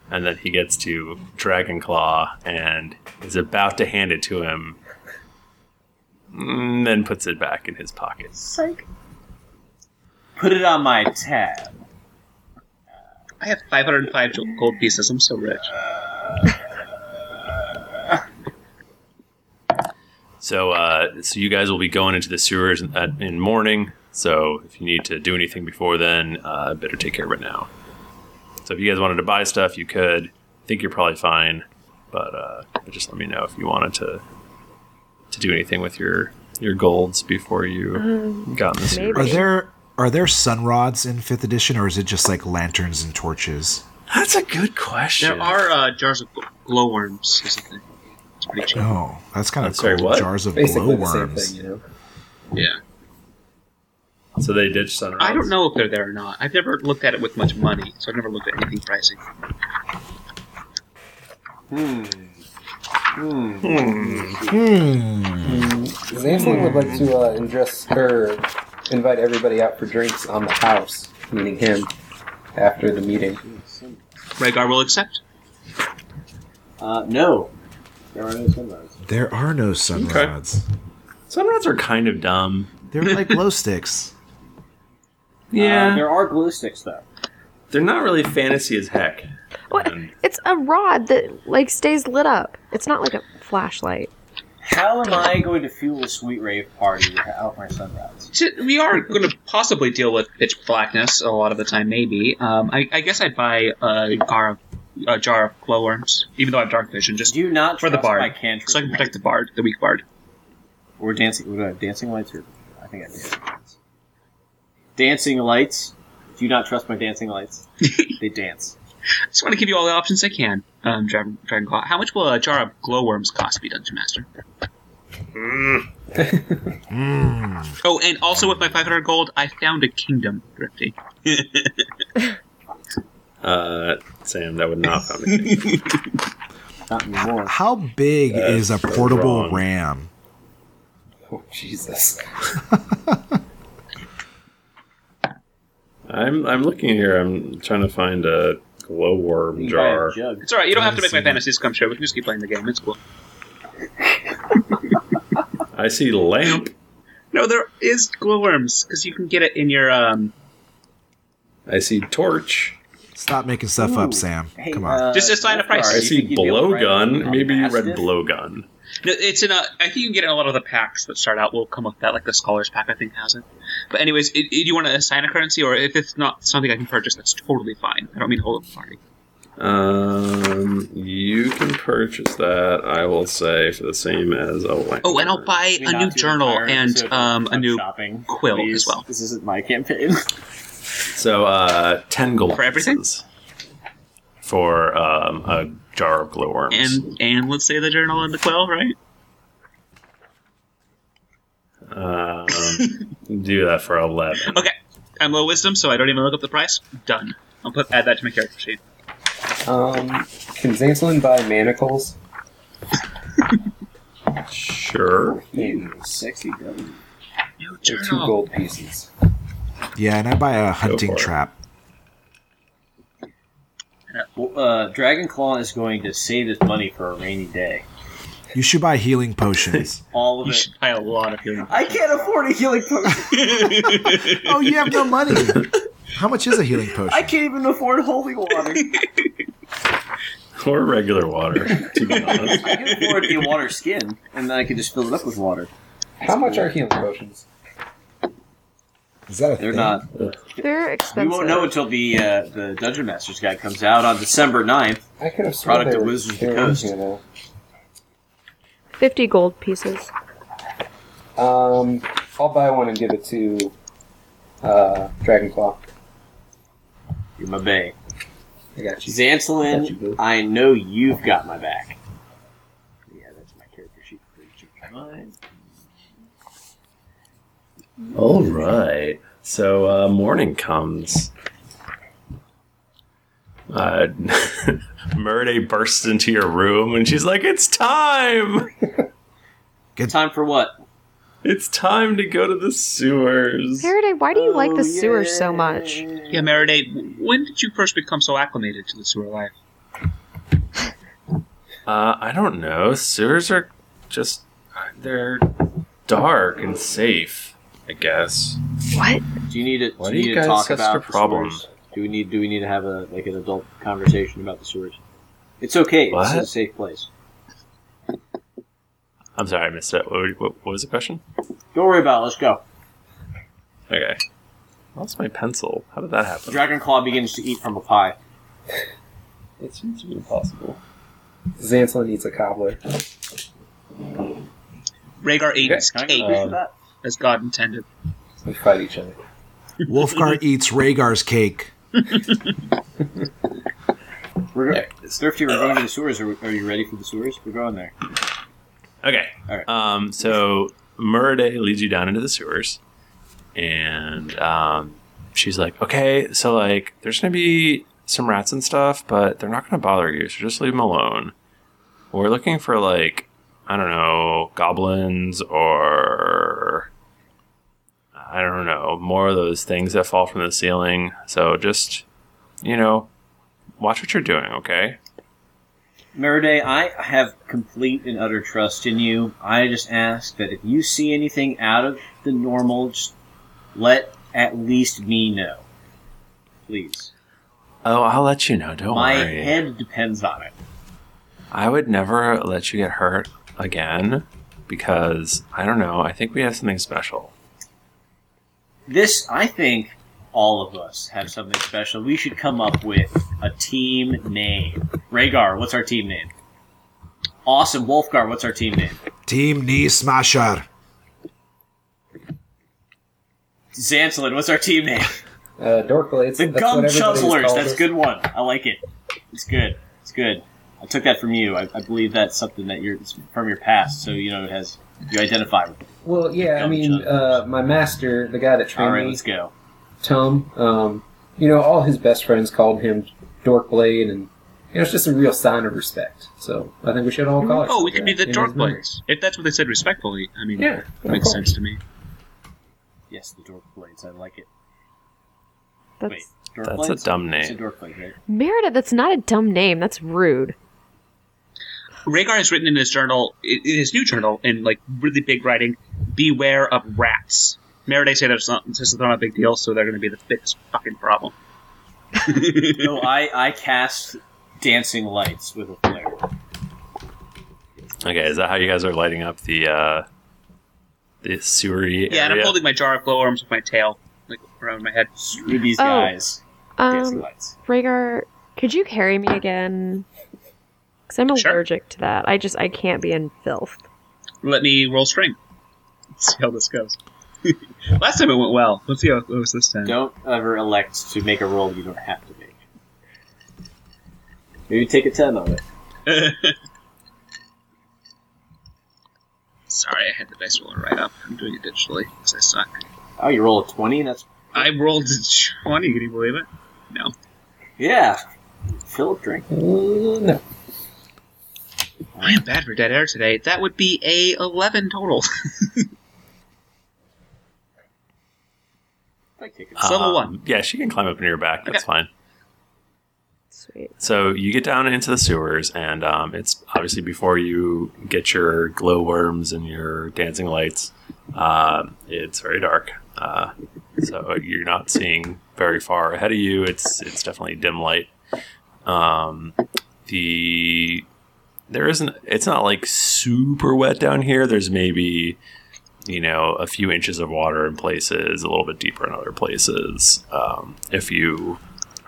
Speaker 4: and then he gets to dragonclaw and is about to hand it to him and then puts it back in his pocket
Speaker 3: Put it on my tab.
Speaker 6: I have 505 gold pieces. I'm so rich.
Speaker 4: so uh, so you guys will be going into the sewers in, at, in morning so if you need to do anything before then uh, better take care of it now so if you guys wanted to buy stuff you could i think you're probably fine but uh, but just let me know if you wanted to to do anything with your your golds before you got in the sewers.
Speaker 5: maybe.
Speaker 2: Are there are there sun rods in fifth edition, or is it just like lanterns and torches?
Speaker 4: That's a good question.
Speaker 6: There are uh, jars of gl- glowworms. Is a thing. It's pretty cheap.
Speaker 2: Oh, that's kind
Speaker 4: I'm
Speaker 2: of cool.
Speaker 4: sorry, what?
Speaker 2: Jars of
Speaker 1: Basically the same
Speaker 2: glowworms.
Speaker 1: thing, you know.
Speaker 6: Yeah.
Speaker 4: so they ditch sunrise.
Speaker 6: I don't know if they're there or not. I've never looked at it with much money, so I've never looked at anything pricey.
Speaker 2: Hmm.
Speaker 1: Zamsling would like to uh, address her, invite everybody out for drinks on the house, meaning him, after the meeting.
Speaker 6: Rhaegar will accept.
Speaker 3: Uh, no. There are no Uh, sunrise.
Speaker 2: There are no sun
Speaker 4: Okay.
Speaker 2: rods.
Speaker 4: Sunrods are kind of dumb.
Speaker 2: They're like glow sticks.
Speaker 3: Uh, there are glue sticks though.
Speaker 4: They're not really fantasy as heck.
Speaker 5: What?
Speaker 4: And
Speaker 5: It's a rod that like stays lit up. It's not like a flashlight.
Speaker 3: How am I going to fuel a sweet rave party without my sunrise?
Speaker 6: So we are going to possibly deal with pitch blackness a lot of the time, maybe. Um, I, I guess I'd buy a jar of, a jar of glowworms, even though I have dark vision, just
Speaker 3: Do you not
Speaker 6: for the
Speaker 3: trust
Speaker 6: bard,
Speaker 3: my cantrip
Speaker 6: so I can protect the bard, the weak bard.
Speaker 3: Or dancing? What do I have? Dancing lights? Or I think I have dancing lights. Dancing lights. Do you not trust my dancing lights? they dance.
Speaker 6: I just want to give you all the options I can, um, Dragon, Dragon Claw. How much will a jar of glowworms cost me, Dungeon Master? Oh, and also with my 500 gold, I found a kingdom, Thrifty.
Speaker 4: uh, Sam, that would not found me.
Speaker 3: Not anymore.
Speaker 2: How big is a
Speaker 4: so
Speaker 2: portable
Speaker 4: wrong.
Speaker 2: ram?
Speaker 1: Oh, Jesus.
Speaker 4: I'm I'm looking here. I'm trying to find a glowworm
Speaker 3: You buy
Speaker 4: jar.
Speaker 3: a jug.
Speaker 6: It's alright, you don't have to make my
Speaker 2: Fantasy.
Speaker 6: fantasies come true. We can just keep playing the game. It's cool.
Speaker 4: I see lamp.
Speaker 6: No, there is glowworms, because you can get it in your. Um,
Speaker 4: I see torch.
Speaker 2: Stop making stuff
Speaker 3: Ooh.
Speaker 2: up, Sam.
Speaker 3: Hey,
Speaker 2: Come on.
Speaker 3: uh,
Speaker 6: Just assign a price.
Speaker 3: Alright,
Speaker 4: I
Speaker 6: Alright,
Speaker 4: see
Speaker 3: you think you'd be able to write it
Speaker 4: blowgun.
Speaker 3: on
Speaker 4: Maybe you read
Speaker 3: Mastiff?
Speaker 4: blowgun.
Speaker 6: No, It's in a. I think you can get it in a lot of the packs that start out. Will come with that, like the scholars pack. I think has it. But anyways, i i- do you want to assign a currency, or if it's not something I can purchase, that's totally fine. I don't mean to hold up the party.
Speaker 4: Um, you can purchase that. I will say for the same as a lamp.
Speaker 6: Oh, and I'll buy
Speaker 3: Can we
Speaker 6: a
Speaker 3: not
Speaker 6: new
Speaker 3: do the
Speaker 6: journal
Speaker 3: entire
Speaker 6: and
Speaker 3: episode
Speaker 6: um, a
Speaker 3: of
Speaker 6: new
Speaker 3: shopping,
Speaker 6: quill
Speaker 3: please?
Speaker 6: as well.
Speaker 3: This isn't my campaign.
Speaker 4: So uh, ten gold
Speaker 6: For everything?
Speaker 4: pieces For um, a jar of glowworms.
Speaker 6: and and let's say the journal and the quill, right?
Speaker 4: um, do that for eleven.
Speaker 6: Okay, I'm low wisdom, so I don't even look up the price. Done. I'll put add that to my character sheet.
Speaker 1: Um, can Zanslin buy manacles?
Speaker 4: Sure.
Speaker 1: Ooh,
Speaker 3: Sexy gun.
Speaker 6: New
Speaker 1: They're two
Speaker 6: journal.
Speaker 1: gold pieces.
Speaker 2: Yeah, and I buy a
Speaker 4: for
Speaker 2: hunting
Speaker 4: it.
Speaker 2: trap.
Speaker 3: Well, uh, Dragon Claw is going to save his money for a rainy day.
Speaker 2: You should buy healing potions.
Speaker 3: All of
Speaker 6: You
Speaker 3: it.
Speaker 6: should buy a lot of healing.
Speaker 3: I can't afford a healing potion.
Speaker 2: oh, you have no money. How much is a healing potion?
Speaker 3: I can't even afford holy water.
Speaker 4: Or regular water. To be honest.
Speaker 3: I can afford a water skin, and then I can just fill it up with water.
Speaker 1: How much are healing potions?
Speaker 2: Is that a
Speaker 3: They're
Speaker 2: thing?
Speaker 3: not.
Speaker 5: They're
Speaker 3: We
Speaker 5: expensive.
Speaker 3: won't know until the uh, the Dungeon Master's Guide comes out on December 9th.
Speaker 1: I could have sworn
Speaker 3: Product
Speaker 1: they
Speaker 3: of
Speaker 1: were,
Speaker 3: Wizards of
Speaker 1: they
Speaker 3: the
Speaker 1: were in
Speaker 3: Coast.
Speaker 1: here, though.
Speaker 5: Fifty gold pieces.
Speaker 1: Um, I'll buy one and give it to uh, Dragonclaw.
Speaker 3: You're my bae.
Speaker 1: I got you. Got you,
Speaker 3: Xantolin,
Speaker 1: boo.
Speaker 3: I know you've got my back. Yeah, that's my character sheet. Mine.
Speaker 4: All right. So uh, morning comes. Uh, Merde bursts into your room and she's like, "It's time!
Speaker 3: Time for what?
Speaker 4: It's time to go to the sewers."
Speaker 5: Faraday, why do you like the
Speaker 3: Oh,
Speaker 5: sewer so
Speaker 3: yeah.
Speaker 5: much?
Speaker 6: Yeah, Maraday, when did you first become so acclimated to the sewer life?
Speaker 4: Uh, I don't know. Sewers are just they're dark and safe. I guess.
Speaker 5: What?
Speaker 3: Do you need to,
Speaker 4: Why
Speaker 3: do
Speaker 4: do
Speaker 3: you
Speaker 4: you
Speaker 3: need
Speaker 4: guys
Speaker 3: to talk
Speaker 4: have
Speaker 3: about
Speaker 4: such a
Speaker 3: the
Speaker 4: problem?
Speaker 3: sewers? Do we need do we need to have a like an adult conversation about the sewers? It's okay. It's
Speaker 4: What?
Speaker 3: a safe place.
Speaker 4: I'm sorry, I missed it. What, what, what was the question?
Speaker 3: Don't worry about. it. Let's go.
Speaker 4: Okay. I lost my pencil. How did that happen?
Speaker 3: Dragon Claw begins to eat from a pie.
Speaker 4: It seems to be impossible.
Speaker 1: Zanslin needs a cobbler.
Speaker 6: Rhaegar ate his
Speaker 3: Can I
Speaker 6: cake
Speaker 3: get a piece of that?
Speaker 6: as God intended.
Speaker 1: We fight each other.
Speaker 2: Wolfgar eats Rhaegar's cake.
Speaker 3: We're go- Thrifty, we're going to the sewers. Are, are you ready for the sewers? We're going there.
Speaker 4: Okay.
Speaker 3: All right.
Speaker 4: Um, so Murday leads you down into the sewers, and um, she's like, "Okay, so like, there's gonna be some rats and stuff, but they're not gonna bother you, so just leave them alone. We're looking for like, I don't know, goblins or." I don't know, more of those things that fall from the ceiling. So just, you know, watch what you're doing, okay?
Speaker 3: Meriday, I have complete and utter trust in you. I just ask that if you see anything out of the normal, just let at least me know. Please.
Speaker 4: Oh, I'll let you know. Don't
Speaker 3: My
Speaker 4: worry.
Speaker 3: head depends on it.
Speaker 4: I would never let you get hurt again because I don't know. I think we have something special.
Speaker 3: This, I think, all of us have something special. We should come up with a team name. Rhaegar, what's our team name? Awesome, Wolfgar, what's our team name?
Speaker 2: Team Knee Smasher.
Speaker 3: Xantolin, what's our team name?
Speaker 1: Uh, Dork Blades.
Speaker 3: The
Speaker 1: that's
Speaker 3: Gum
Speaker 1: what everybody's
Speaker 3: Chuzzlers.
Speaker 1: called
Speaker 3: That's
Speaker 1: us.
Speaker 3: a good one. I like it. It's good. It's good. I took that from you. I, I believe that's something that you're it's from your past, so you know it has you identify with. It.
Speaker 1: Well, yeah, I
Speaker 3: Gum
Speaker 1: mean, uh, my master, the guy that
Speaker 3: All
Speaker 1: trained
Speaker 3: right,
Speaker 1: me,
Speaker 3: let's go.
Speaker 1: Tom, um, you know, all his best friends called him Dork Blade, and you know, it's just a real sign of respect. So I think we should all call it.
Speaker 6: Oh, we could be
Speaker 1: that
Speaker 6: the
Speaker 1: in
Speaker 6: Dark
Speaker 1: his memory.
Speaker 6: Blades. If that's what they said respectfully, I mean,
Speaker 1: Yeah,
Speaker 6: that makes
Speaker 1: of course.
Speaker 6: sense to me.
Speaker 3: Yes, the Dork Blades. I like it.
Speaker 5: That's
Speaker 3: Wait, Dork
Speaker 4: That's a
Speaker 3: Blades?
Speaker 4: dumb
Speaker 3: It's a
Speaker 4: name.
Speaker 3: Dork Blade, right?
Speaker 5: Meredith. That's not a dumb name. That's rude.
Speaker 6: Rhaegar has written in his journal, in in his new journal, in like really big writing, "Beware of rats." Meredith said it's not, since it's not a big deal, so they're going to be the biggest fucking problem.
Speaker 3: no, I I cast dancing lights with a flare.
Speaker 4: Okay, is that how you guys are lighting up the uh, the sewery
Speaker 6: Yeah, and I'm
Speaker 4: area?
Speaker 6: holding my jar of glow worms with my tail, like around my head.
Speaker 3: Screw these
Speaker 5: Oh.
Speaker 3: guys. Dancing
Speaker 5: Um,
Speaker 3: lights.
Speaker 5: Rhaegar, could you carry me again? Because I'm
Speaker 6: Sure.
Speaker 5: allergic to that. I just I can't be in filth.
Speaker 6: Let me roll string. Let's see how this goes. Last time it went well. Let's see how it goes this time.
Speaker 3: Don't ever elect to make a roll you don't have to make. Maybe take a ten on it.
Speaker 6: Sorry, I had the dice roller right up. I'm doing it digitally because I suck.
Speaker 3: Oh, you roll a twenty. That's
Speaker 6: I rolled a 20. Can you believe it? No.
Speaker 3: yeah. Philip drink.
Speaker 1: Uh, no.
Speaker 6: I am bad for dead air today. That would be a 11 total.
Speaker 3: I take it.
Speaker 6: It's level
Speaker 4: Um,
Speaker 6: one.
Speaker 4: Yeah, she can climb up near your back. That's
Speaker 6: Okay.
Speaker 4: fine.
Speaker 5: Sweet.
Speaker 4: So you get down into the sewers, and um, it's obviously before you get your glow worms and your dancing lights. Uh, it's very dark, uh, so you're not seeing very far ahead of you. It's it's definitely dim light. Um, the there isn't. It's not like super wet down here. There's maybe you know a few inches of water in places, a little bit deeper in other places. Um, if you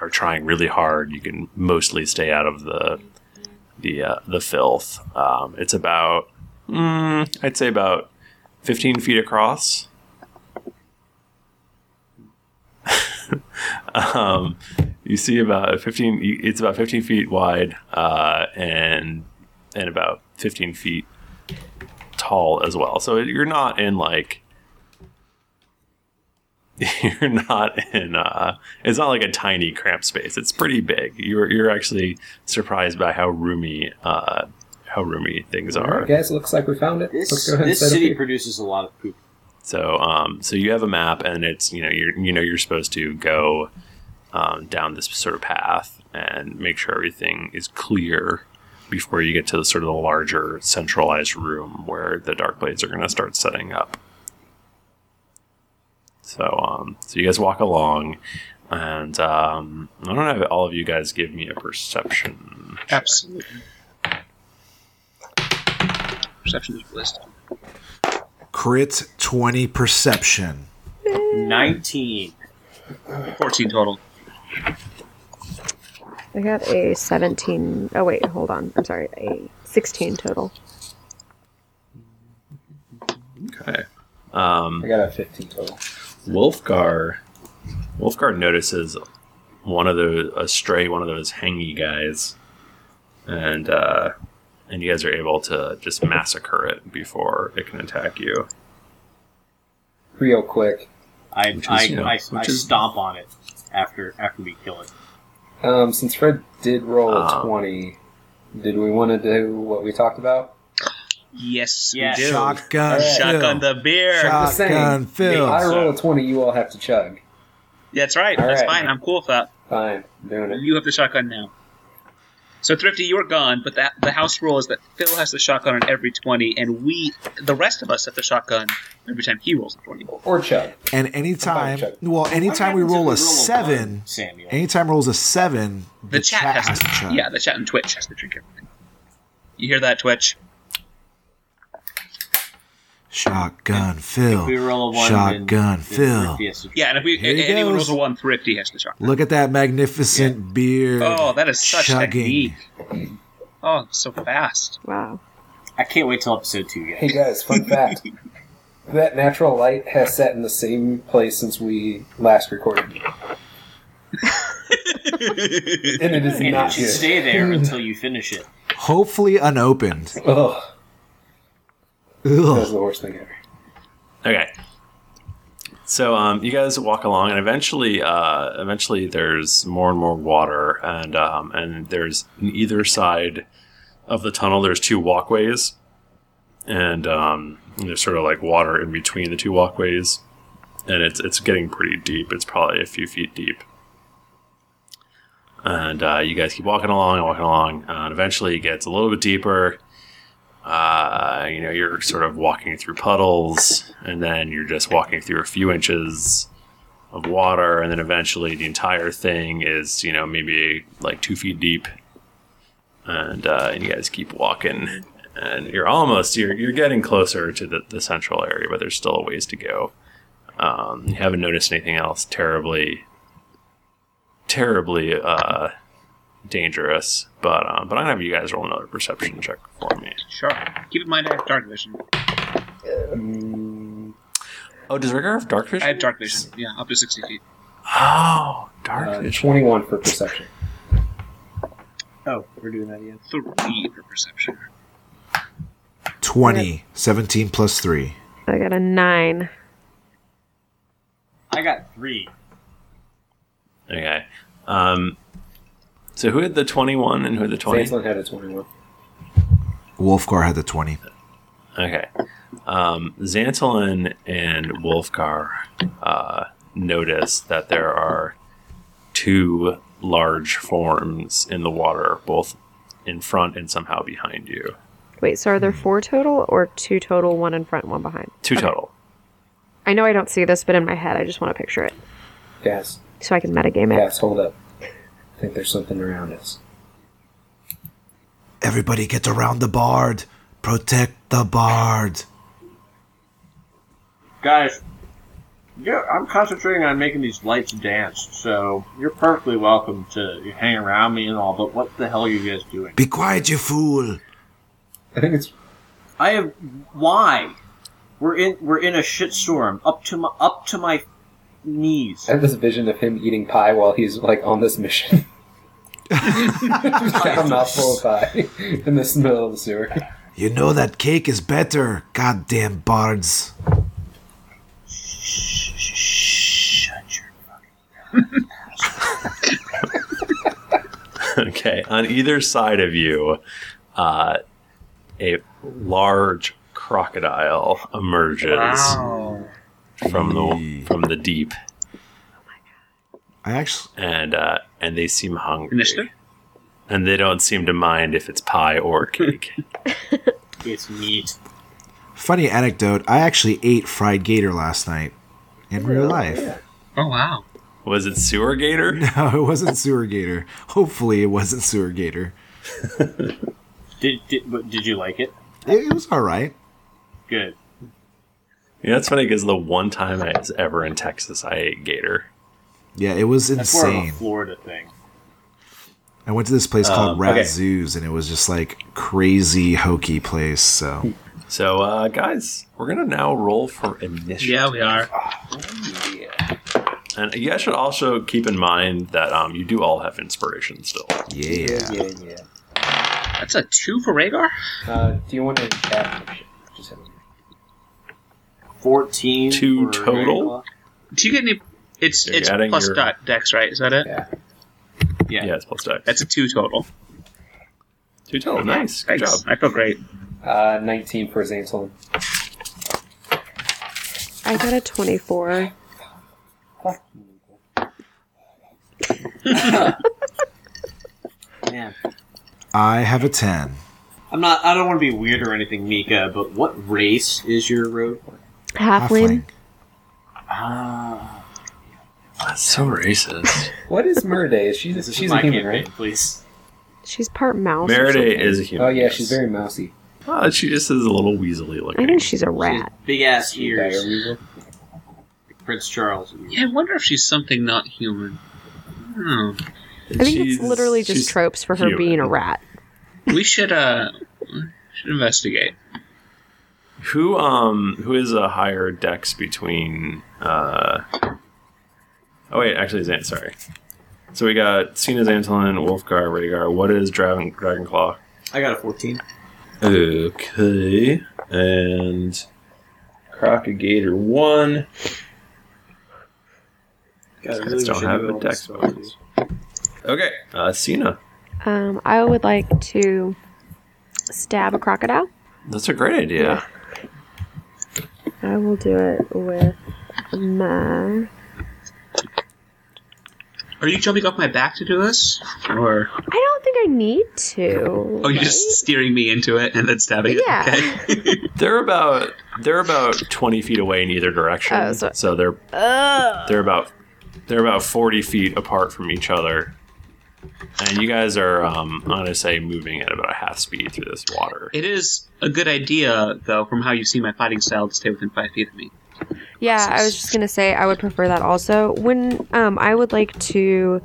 Speaker 4: are trying really hard, you can mostly stay out of the the uh, the filth. Um, it's about mm, I'd say about fifteen feet across. um, you see about fifteen. you- It's about fifteen feet wide uh, and and about fifteen feet tall as well. So you're not in like you're not in uh it's not like a tiny cramped space it's pretty big you're you're actually surprised by how roomy uh how roomy things
Speaker 1: All right,
Speaker 4: are
Speaker 1: guys, looks like we found it.
Speaker 3: This,
Speaker 1: Let's go ahead and
Speaker 3: this
Speaker 1: set up
Speaker 3: city
Speaker 1: here.
Speaker 3: produces a lot of poop.
Speaker 4: so um so you have a map and it's you know you're you know you're supposed to go um, down this sort of path and make sure everything is clear before you get to the sort of the larger centralized room where the dark blades are going to start setting up So, um, so you guys walk along, and um, I don't have all of you guys give me a perception. check.
Speaker 6: Absolutely. Perception is list.
Speaker 2: Crit 20 perception.
Speaker 3: Nineteen.
Speaker 6: 14 total.
Speaker 5: I got a 17. Oh wait, hold on. I'm sorry. A 16 total.
Speaker 4: Okay. Um,
Speaker 1: I got a 15 total.
Speaker 4: Wolfgar, Wolfgar notices one of those a stray one of those hangy guys, and uh, and you guys are able to just massacre it before it can attack you.
Speaker 1: Real quick.
Speaker 3: I
Speaker 4: Which is,
Speaker 3: I,
Speaker 4: you know,
Speaker 3: I, I
Speaker 4: which is-
Speaker 3: stomp on it after after we kill it.
Speaker 1: Um, since Fred did roll
Speaker 4: Ah.
Speaker 1: a 20, did we want to do what we talked about?
Speaker 6: Yes,
Speaker 3: Yes.
Speaker 6: we do.
Speaker 2: Shotgun.
Speaker 1: Yeah.
Speaker 6: Shotgun
Speaker 2: Phil.
Speaker 6: the beer.
Speaker 1: Just saying.
Speaker 2: Shotgun
Speaker 3: Yeah,
Speaker 1: I
Speaker 2: Phil.
Speaker 1: roll a 20, you all have to chug.
Speaker 6: That's right.
Speaker 1: All
Speaker 6: That's
Speaker 1: right.
Speaker 6: fine. I'm cool with that.
Speaker 1: Fine, I'm doing it.
Speaker 6: You have the shotgun now. So Thrifty, you're gone, but that the house rule is that Phil has the shotgun on every twenty, and we, the rest of us, have the shotgun every time he rolls a twenty.
Speaker 1: Or Chug.
Speaker 2: And anytime,
Speaker 1: Chuck.
Speaker 2: well, anytime we
Speaker 3: happens if
Speaker 2: roll
Speaker 3: we
Speaker 2: a seven,
Speaker 3: one, Samuel.
Speaker 2: anytime rolls a seven,
Speaker 6: The, chat, has,
Speaker 2: to
Speaker 6: to,
Speaker 2: chug.
Speaker 6: yeah, the chat and Twitch has to drink everything. You hear that, Twitch?
Speaker 2: Shotgun Phil.
Speaker 3: we roll a one, then-
Speaker 2: Shotgun
Speaker 3: then
Speaker 2: Phil.
Speaker 3: Thrifty has to drink.
Speaker 6: Yeah, and if we
Speaker 2: Here he
Speaker 6: a- anyone
Speaker 2: goes.
Speaker 6: rolls a one, Thrifty has the shotgun.
Speaker 2: Look at that magnificent beard.
Speaker 6: Oh, that is such
Speaker 2: chugging.
Speaker 6: technique. Oh, so fast.
Speaker 5: Wow.
Speaker 3: I can't wait till episode two, guys.
Speaker 1: Hey guys, fun fact. that natural light has sat in the same place since we last recorded. and it is
Speaker 3: and it
Speaker 1: not
Speaker 3: should
Speaker 1: good.
Speaker 3: stay there until you finish it.
Speaker 2: Hopefully unopened.
Speaker 1: Ugh, that was
Speaker 2: Ugh.
Speaker 1: the worst thing ever.
Speaker 4: Okay. So um, you guys walk along, and eventually, uh, eventually, there's more and more water, and um, and there's on either side of the tunnel, there's two walkways, and um, there's sort of like water in between the two walkways, and it's it's getting pretty deep. It's probably a few feet deep, and uh, you guys keep walking along and walking along, uh, and eventually it gets a little bit deeper, uh, you know, you're sort of walking through puddles, and then you're just walking through a few inches of water, and then eventually the entire thing is, you know, maybe like two feet deep, and uh, and you guys keep walking, and you're almost you're you're getting closer to the, the central area, but there's still a ways to go. Um, you haven't noticed anything else terribly, terribly uh, dangerous, but um, but I'm gonna have you guys roll another perception check for me.
Speaker 6: Sure. Keep in mind, I have dark vision.
Speaker 4: Oh, does Rigger have dark vision?
Speaker 6: I have dark vision. Yeah, up to sixty feet.
Speaker 4: Oh, dark
Speaker 1: Uh,
Speaker 4: vision.
Speaker 1: 21 for perception.
Speaker 3: Oh, we're doing that again.
Speaker 6: Three for perception.
Speaker 2: 20. 17 plus 3.
Speaker 5: I got a nine.
Speaker 3: I got three.
Speaker 4: Okay. Um, so who had the twenty-one and who had the twenty?
Speaker 1: Zanslin had a 21.
Speaker 2: Wolfgar had the 20.
Speaker 4: Okay. Um, Xantolin and Wolfgar uh, notice that there are two large forms in the water, both in front and somehow behind you.
Speaker 5: Wait, so are there four total or two total, one in front, one behind?
Speaker 4: Two total.
Speaker 5: I know I don't see this, but in my head, I just want to picture it
Speaker 1: Gas.
Speaker 5: so I can metagame it.
Speaker 1: Gas, hold up. I think there's something around us.
Speaker 2: Everybody get around the bard. Protect the bard.
Speaker 3: Guys, yeah, I'm concentrating on making these lights dance, so you're perfectly welcome to hang around me and all, but what the hell are you guys doing?
Speaker 2: Be quiet, you fool.
Speaker 1: I think it's
Speaker 3: I have why? We're in we're in a shitstorm up to my up to my knees.
Speaker 1: I have this vision of him eating pie while he's like on this mission. Just have a mouthful of pie in the smell of the sewer.
Speaker 2: You know that cake is better. Goddamn bards.
Speaker 3: Shut your
Speaker 4: Okay. On either side of you, uh, a large crocodile emerges
Speaker 3: Oh.
Speaker 4: from the from the deep,
Speaker 2: I actually.
Speaker 4: and uh, and they seem hungry,
Speaker 6: Initiative?
Speaker 4: and they don't seem to mind if it's pie or cake.
Speaker 3: it's neat.
Speaker 2: Funny anecdote. I actually ate fried gator last night in real life.
Speaker 6: Oh wow.
Speaker 4: Was it sewer gator?
Speaker 2: No, Oh, it wasn't sewer gator. Hopefully, it wasn't sewer gator.
Speaker 3: Did did but did you like it?
Speaker 2: It, it was all right.
Speaker 3: Good.
Speaker 4: Yeah, that's funny because the one time I was ever in Texas, I ate gator.
Speaker 2: Yeah, it was
Speaker 3: That's more of
Speaker 2: insane.
Speaker 3: a Florida thing.
Speaker 2: I went to this place called
Speaker 4: Um,
Speaker 2: Rat
Speaker 4: okay.
Speaker 2: Zoos, and it was just like crazy hokey place. So
Speaker 4: So, uh, guys, we're gonna now roll for initiative.
Speaker 6: Yeah, we are.
Speaker 4: and you guys should also keep in mind that um, you do all have inspiration still.
Speaker 2: yeah,
Speaker 1: Yeah, yeah.
Speaker 6: That's a two for Rhaegar.
Speaker 1: Uh, do you want to add Just have a-
Speaker 3: Fourteen
Speaker 4: Two
Speaker 3: for-
Speaker 4: total?
Speaker 6: Do you get any? It's
Speaker 4: You're
Speaker 6: it's
Speaker 4: adding
Speaker 6: plus
Speaker 4: your-
Speaker 6: dot dex, right? Is that it?
Speaker 1: Yeah.
Speaker 3: Yeah.
Speaker 4: Yeah, it's plus dex.
Speaker 6: That's a two total.
Speaker 4: two total. Nice. Good
Speaker 6: Thanks.
Speaker 4: job.
Speaker 6: I feel great.
Speaker 1: Uh, 19 for Zantlin.
Speaker 5: I got a 24.
Speaker 3: Man.
Speaker 2: I have a 10.
Speaker 3: I'm not. I don't want to be weird or anything, Mika. But what race is your road?
Speaker 5: Halfling.
Speaker 3: Ah,
Speaker 4: That's so racist.
Speaker 1: What is Murday? Is she
Speaker 3: this is
Speaker 1: she's a
Speaker 3: my
Speaker 1: human,
Speaker 3: campaign,
Speaker 1: right?
Speaker 3: Please.
Speaker 5: She's part mouse. or
Speaker 4: Merida
Speaker 5: something.
Speaker 4: is a human.
Speaker 1: Oh yeah,
Speaker 4: yes.
Speaker 1: she's very mousy.
Speaker 4: Oh, she just is a little weaselly
Speaker 5: I
Speaker 4: looking.
Speaker 5: think she's a rat.
Speaker 3: Big ass
Speaker 1: Dire
Speaker 3: ears.
Speaker 1: weasel.
Speaker 3: Prince Charles. ears.
Speaker 6: Yeah, I wonder if she's something not human. Hmm.
Speaker 5: I think it's literally just tropes for her
Speaker 4: human.
Speaker 5: being a rat.
Speaker 6: We should uh should investigate.
Speaker 4: Who um who is a higher dex between uh Oh wait, actually Zan sorry. So we got Cena Xantolin, Wolfgar, Rhaegar. What is Dragon Dragonclaw?
Speaker 3: I got a 14.
Speaker 4: Okay. And Crocagator one.
Speaker 3: God, I
Speaker 4: These
Speaker 3: really
Speaker 4: guys
Speaker 3: wish
Speaker 4: don't
Speaker 3: I
Speaker 4: have
Speaker 3: knew
Speaker 4: a
Speaker 3: all
Speaker 4: dex
Speaker 3: this about
Speaker 4: bonus. Okay. Uh Cena.
Speaker 5: Um, I would like to stab a crocodile.
Speaker 4: That's a great idea.
Speaker 5: I will do it with my.
Speaker 6: Are you jumping off my back to do this? Or
Speaker 5: I don't think I need to.
Speaker 6: Oh you're just steering me into it and then stabbing it?
Speaker 5: Yeah.
Speaker 6: Okay.
Speaker 4: They're about they're about twenty feet away in either direction.
Speaker 5: Oh, so-
Speaker 4: so they're
Speaker 5: Ugh.
Speaker 4: they're about they're about 40 feet apart from each other and you guys are um, i'm gonna say moving at about a half speed through this water
Speaker 6: it is a good idea though, from how you see my fighting style to stay within five feet of me.
Speaker 5: Yeah, I was just gonna say I would prefer that also. When um, I would like to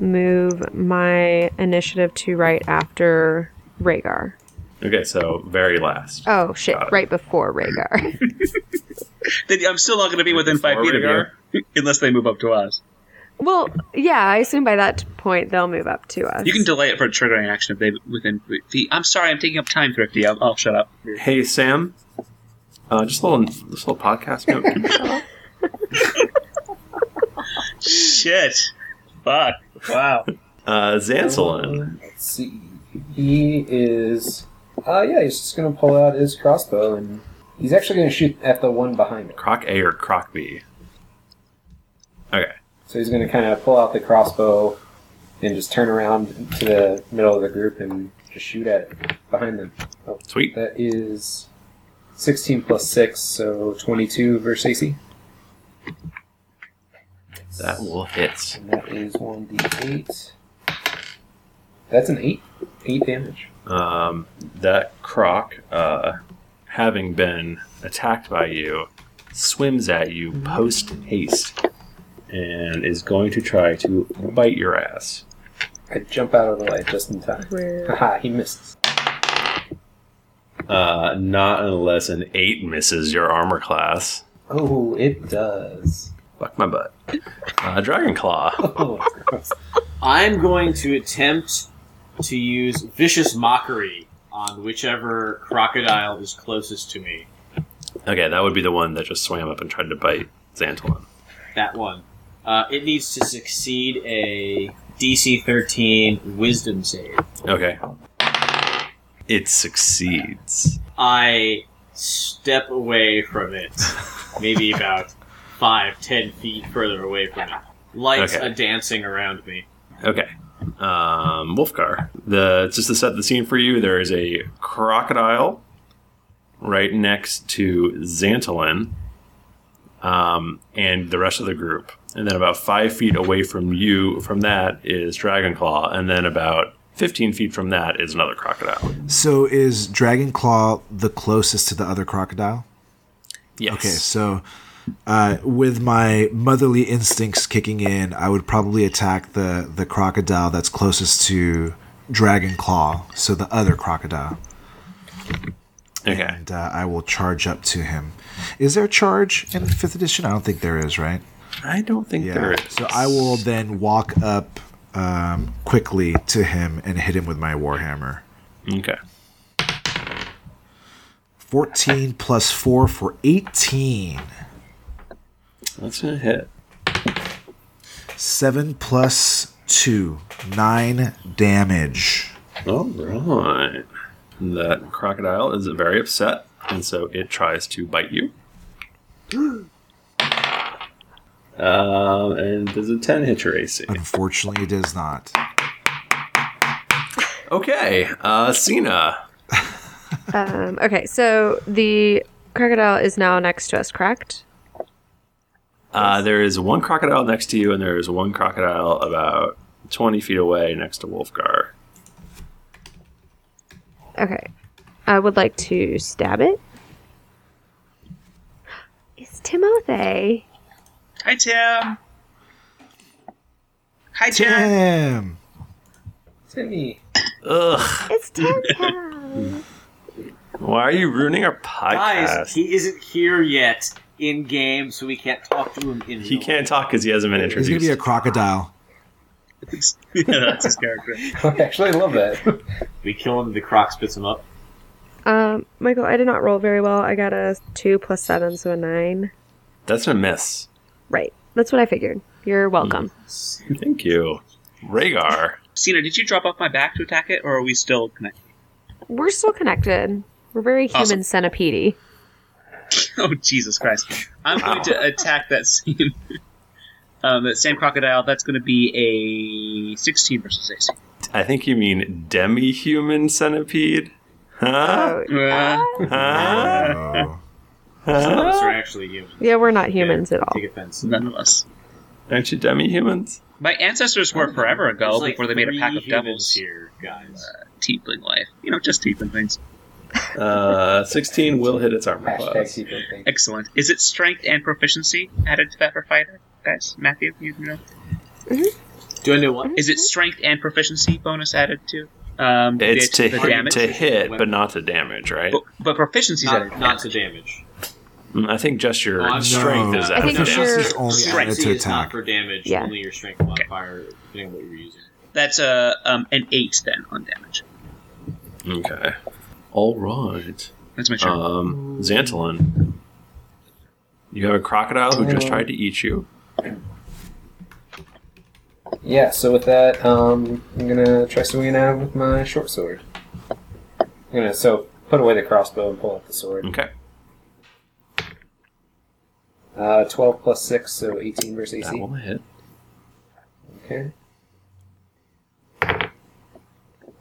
Speaker 5: move my initiative to right after Rhaegar.
Speaker 4: okay so very last
Speaker 5: Oh shit!
Speaker 4: Got it.
Speaker 5: Right before Rhaegar.
Speaker 6: Then I'm still not gonna be within five
Speaker 4: Before
Speaker 6: feet of
Speaker 4: Rhaegar?
Speaker 6: you. Unless they move up to us.
Speaker 5: well, yeah, I assume by that point they'll move up to us.
Speaker 6: You can delay it for a triggering action if they within feet. I'm sorry, I'm taking up time, Thrifty. I'll, I'll shut up.
Speaker 4: hey sam uh, just a little this little podcast note Can you shut up?
Speaker 6: Shit. Fuck. Wow.
Speaker 4: uh xantolin
Speaker 1: Let's see. He is. Uh, yeah, he's just going to pull out his crossbow and he's actually going to shoot at the one behind him.
Speaker 4: croc a or croc b okay
Speaker 1: So he's going to kind of pull out the crossbow and just turn around to the middle of the group and just shoot at it behind them.
Speaker 4: sweet
Speaker 1: That is 16 plus 6, so 22 versus AC.
Speaker 4: that will hit
Speaker 1: And that is 1d8. That's an 8. 8 damage.
Speaker 4: um, that croc, uh, having been attacked by you, swims at you post haste and is going to try to bite your ass.
Speaker 1: I jump out of the light just in time.
Speaker 5: Where-
Speaker 1: Haha, he missed.
Speaker 4: Uh, not unless an 8 misses your armor class.
Speaker 1: Oh, it does.
Speaker 4: Fuck my butt. Uh, Dragon Claw.
Speaker 1: Oh, it's gross.
Speaker 3: I'm going to attempt to use vicious mockery on whichever crocodile is closest to me.
Speaker 4: Okay, that would be the one that just swam up and tried to bite Xantolin.
Speaker 3: That one. Uh, it needs to succeed a DC 13 Wisdom save.
Speaker 4: Okay. It succeeds.
Speaker 3: I step away from it, maybe about five, ten feet further away from it. Lights
Speaker 4: Okay.
Speaker 3: are dancing around me.
Speaker 4: Okay. Um, Wolfgar. The just to set the scene for you, there is a crocodile right next to Xantolin, um, and the rest of the group. And then about five feet away from you, from that is Dragonclaw, and then about fifteen feet from that is another crocodile.
Speaker 2: So is Dragonclaw the closest to the other crocodile?
Speaker 4: Yes.
Speaker 2: Okay, so uh, with my motherly instincts kicking in, I would probably attack the, the crocodile that's closest to Dragonclaw, so the other crocodile.
Speaker 4: Okay.
Speaker 2: And uh, I will charge up to him. Is there a charge in 5th edition? I don't think there is, right?
Speaker 4: I don't think
Speaker 2: Yeah.
Speaker 4: there is.
Speaker 2: So I will then walk up um, quickly to him and hit him with my warhammer.
Speaker 4: Okay.
Speaker 2: 14 plus 4 for 18.
Speaker 4: That's gonna hit.
Speaker 2: 7 plus 2. 9 damage.
Speaker 4: All right. That crocodile is very upset, and so it tries to bite you. Um, and there's a 10 hit your AC.
Speaker 2: Unfortunately, it does not.
Speaker 4: Okay, uh, Cena.
Speaker 5: Um, okay, so the crocodile is now next to us, correct?
Speaker 4: Uh, there is one crocodile next to you, and there is one crocodile about 20 feet away next to Wolfgar.
Speaker 5: Okay. I would like to stab it. It's Timothy.
Speaker 6: Hi, Tim. Hi, Tim.
Speaker 2: Damn.
Speaker 1: Timmy.
Speaker 4: Ugh,
Speaker 5: It's Tim.
Speaker 4: why are you ruining our podcast?
Speaker 3: Guys, he isn't here yet in game, so we can't talk to him in
Speaker 4: He
Speaker 3: real
Speaker 4: can't talk because he hasn't been
Speaker 2: He's
Speaker 4: introduced.
Speaker 2: gonna be a crocodile.
Speaker 6: yeah, that's his character.
Speaker 1: I actually love that.
Speaker 3: life. We kill him, the croc spits him up.
Speaker 5: um, Michael, I did not roll very well. I got a two plus seven, so a nine.
Speaker 4: That's a miss.
Speaker 5: Right. That's what I figured. You're welcome.
Speaker 4: Thank you, Rhaegar.
Speaker 6: Cena, did you drop off my back to attack it, or are we still connected?
Speaker 5: We're still connected. We're very human
Speaker 6: Awesome.
Speaker 5: centipede.
Speaker 6: Oh Jesus Christ! I'm going
Speaker 4: Wow.
Speaker 6: to attack that same, um, that same crocodile. That's going to be a 16 versus AC.
Speaker 4: I think you mean demi-human centipede. Huh?
Speaker 5: Oh,
Speaker 6: Uh,
Speaker 4: huh?
Speaker 2: Oh.
Speaker 3: None of us are
Speaker 4: huh?
Speaker 3: actually human.
Speaker 5: yeah, we're not humans at all.
Speaker 3: Take offense.
Speaker 6: none of us.
Speaker 4: Aren't you demi-humans?
Speaker 6: My ancestors were forever ago
Speaker 3: There's like
Speaker 6: before they made a
Speaker 3: three
Speaker 6: pack of
Speaker 3: humans
Speaker 6: devils. Uh,
Speaker 3: here, guys.
Speaker 6: Tiefling life, you know, just tiefling things.
Speaker 4: Uh, 16 will hit its armor
Speaker 1: Hashtag
Speaker 4: class.
Speaker 1: secret thing.
Speaker 6: Excellent. Is it strength and proficiency added to that for fighter, guys? Matthew, you know,
Speaker 3: Do I know what?
Speaker 6: is it strength and proficiency bonus added to? Um,
Speaker 4: It's to
Speaker 6: the, the Oh.
Speaker 4: hit,
Speaker 6: damage,
Speaker 4: to hit, but not to damage, right?
Speaker 6: but, but proficiency's added.
Speaker 3: Not, not to damage.
Speaker 4: Mm, I think just your
Speaker 3: Oh, I'm
Speaker 4: strength
Speaker 2: no.
Speaker 4: is
Speaker 5: I
Speaker 4: out
Speaker 5: think
Speaker 4: of
Speaker 5: it's your-
Speaker 4: damage.
Speaker 2: This is only
Speaker 6: Strength
Speaker 2: added to
Speaker 3: Strength is not
Speaker 2: attack.
Speaker 3: for damage.
Speaker 5: Yeah.
Speaker 3: Only your strength modifier, depending on what you're using.
Speaker 6: That's a um, an eight then on damage.
Speaker 4: Okay. All right.
Speaker 6: That's my turn.
Speaker 4: Um, Xantolin. You have a crocodile who just tried to eat you.
Speaker 1: Yeah, so with that, um, I'm gonna try swinging out with my short sword. I'm gonna so put away the crossbow and pull out the sword.
Speaker 4: Okay.
Speaker 1: Uh, 12 plus 6, so 18 versus
Speaker 4: That
Speaker 1: AC.
Speaker 4: will hit.
Speaker 1: Okay.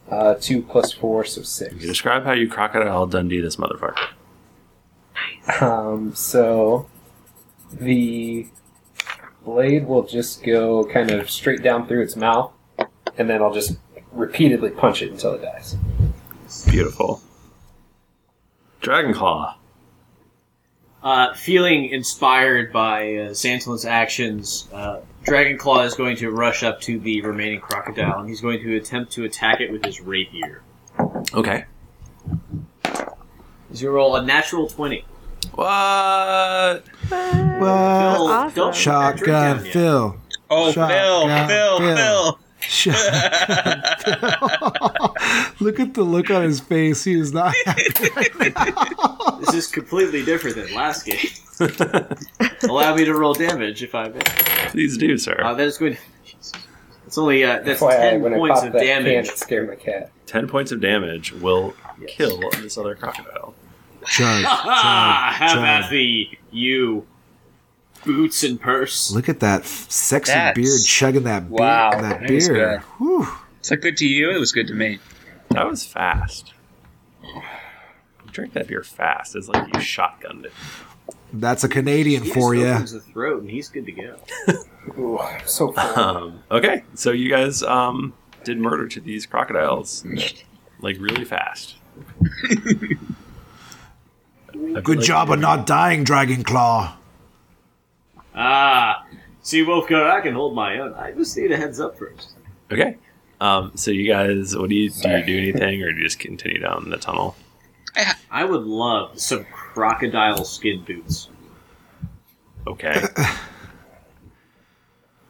Speaker 1: Uh, 2 plus 4, so
Speaker 4: You
Speaker 1: 6.
Speaker 4: describe how you crocodile Dundee this motherfucker.
Speaker 1: Um, so the blade will just go kind of straight down through its mouth, and then I'll just repeatedly punch it until it dies.
Speaker 4: Beautiful. Dragon Claw.
Speaker 3: Uh, feeling inspired by uh, Santalin's actions, uh, Dragonclaw is going to rush up to the remaining crocodile, and he's going to attempt to attack it with his rapier.
Speaker 4: Okay.
Speaker 3: He's going to roll a natural 20.
Speaker 4: What?
Speaker 3: Phil,
Speaker 2: What?
Speaker 5: Awesome.
Speaker 3: don't
Speaker 2: Shotgun
Speaker 3: Phil.
Speaker 2: Phil.
Speaker 6: oh,
Speaker 2: shot,
Speaker 6: Phil,
Speaker 2: yeah,
Speaker 6: Phil,
Speaker 2: Phil.
Speaker 6: Phil.
Speaker 2: Shotgun Phil. look at the look on his face. He is not.
Speaker 3: This is completely different than last game. Allow me to roll damage if I may.
Speaker 4: Please do,
Speaker 3: Uh,
Speaker 4: sir.
Speaker 3: that is going to. It's only uh, that's
Speaker 1: That's why I,
Speaker 3: ten
Speaker 1: when I
Speaker 3: points
Speaker 1: pop
Speaker 3: of
Speaker 1: that damage. can,
Speaker 3: damage.
Speaker 1: it scared my cat.
Speaker 4: Ten points of damage will kill this other crocodile.
Speaker 2: Charge.
Speaker 3: Ah,
Speaker 2: Charge.
Speaker 3: how about
Speaker 2: Charge.
Speaker 3: the you boots and purse?
Speaker 2: Look at that f- sexy
Speaker 6: That's-
Speaker 2: beard chugging that beer.
Speaker 6: Wow,
Speaker 2: that
Speaker 6: that was
Speaker 2: beer. Whew.
Speaker 6: It's not good to you. It was good to me.
Speaker 4: That was fast. You drink that beer fast. It's like you shotgunned it.
Speaker 2: That's a Canadian
Speaker 3: He just
Speaker 2: for you.
Speaker 3: opens the throat and he's good to go.
Speaker 1: Ooh, I'm so full.
Speaker 4: Um, okay, so you guys um, did murder to these crocodiles, like really fast.
Speaker 2: Good job of not dying, Dragon Claw.
Speaker 3: Ah, see, Wolfgar, I can hold my own. I just need a heads up first.
Speaker 4: Okay, um, so you guys, what do you do? You do anything, or do you just continue down the tunnel?
Speaker 3: I would love some crocodile skin boots.
Speaker 4: Okay,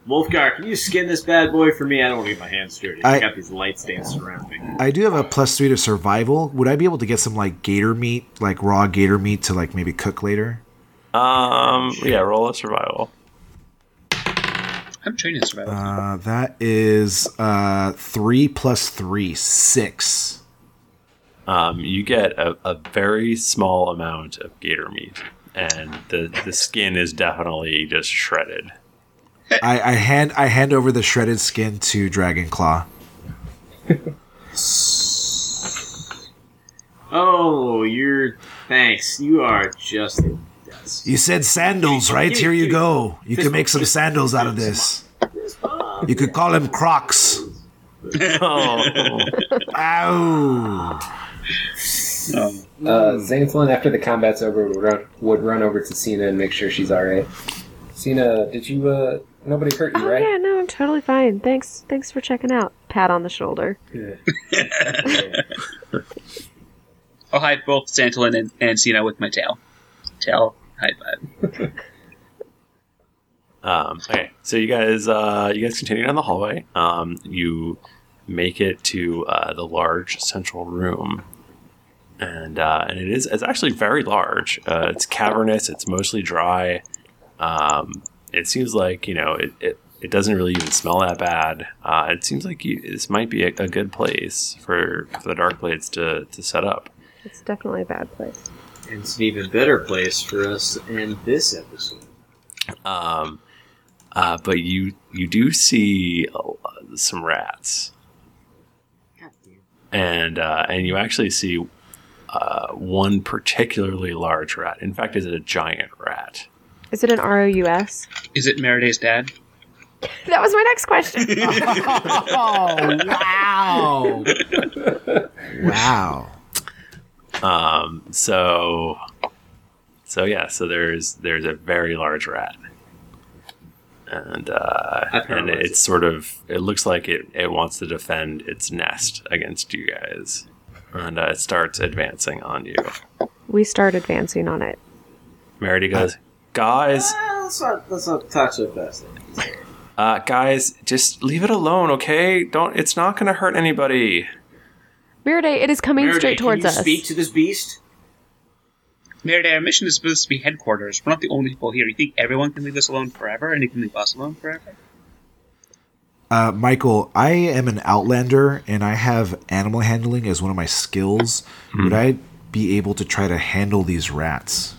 Speaker 3: Wolfgar, can you skin this bad boy for me? I don't want to get my hands dirty. I,
Speaker 2: I-
Speaker 3: got these lights dancing around me.
Speaker 2: I do have a plus three to survival. Would I be able to get some like gator meat, like raw gator meat, to like maybe cook later?
Speaker 4: um, yeah, roll a survival.
Speaker 6: I'm training survival.
Speaker 2: Uh, that is uh, three plus three, six.
Speaker 4: Um, you get a, a very small amount of gator meat, and the the skin is definitely just shredded.
Speaker 6: Eh.
Speaker 2: I, I hand I hand over the shredded skin to Dragon Claw.
Speaker 3: Oh, you're. Thanks. You are just the best.
Speaker 2: You said sandals, right? Here you go. You can make some sandals out of this. You could call them Crocs.
Speaker 4: Oh,
Speaker 2: Ow! Hmm.
Speaker 1: Uh, Xanthlin, after the combat's over, would run, would run over to Cena and make sure she's alright. Cena, did you, uh, nobody hurt you,
Speaker 5: Oh
Speaker 1: right?
Speaker 5: yeah, no, I'm totally fine. Thanks, thanks for checking out. Pat on the shoulder.
Speaker 6: I'll hide both Santolin and, and Cena with my tail. Tail, hide five.
Speaker 4: Um, okay, so you guys, uh, you guys continue down the hallway. Um, you make it to uh, the large central room, and uh, and it is it's actually very large. Uh, it's cavernous. It's mostly dry. Um, it seems like you know it, it, it doesn't really even smell that bad. Uh, it seems like you, this might be a, a good place for, for the dark blades to to set up.
Speaker 5: It's definitely a bad place.
Speaker 3: It's an even better place for us to end this episode.
Speaker 4: Um, uh, but you you do see a lo- some rats, and uh, and you actually see uh, one particularly large rat. In fact, is it a giant rat?
Speaker 5: Is it an ROUS?
Speaker 6: Is it Meriday's dad?
Speaker 5: That was my next question.
Speaker 2: Oh, wow! Wow.
Speaker 4: Um, so so yeah, so there's there's a very large rat. And uh,
Speaker 3: I
Speaker 4: and
Speaker 3: paralyzed
Speaker 4: it's sort of it looks like it, it wants to defend its nest against you guys, and uh, it starts advancing on you.
Speaker 5: we start advancing on it.
Speaker 4: Merity goes, guys,
Speaker 3: Uh, let's, not, let's not talk so fast.
Speaker 4: uh, guys, just leave it alone, okay? Don't. It's not gonna hurt anybody.
Speaker 5: Miriday, it is coming straight towards
Speaker 3: can you
Speaker 5: us.
Speaker 3: Speak to this beast.
Speaker 6: Meriday, our mission is supposed to be headquarters. We're not the only people here. You think everyone can leave us alone forever and you can leave us alone forever?
Speaker 2: Uh, Michael, I am an outlander and I have animal handling as one of my skills. Would I be able to try to handle these rats?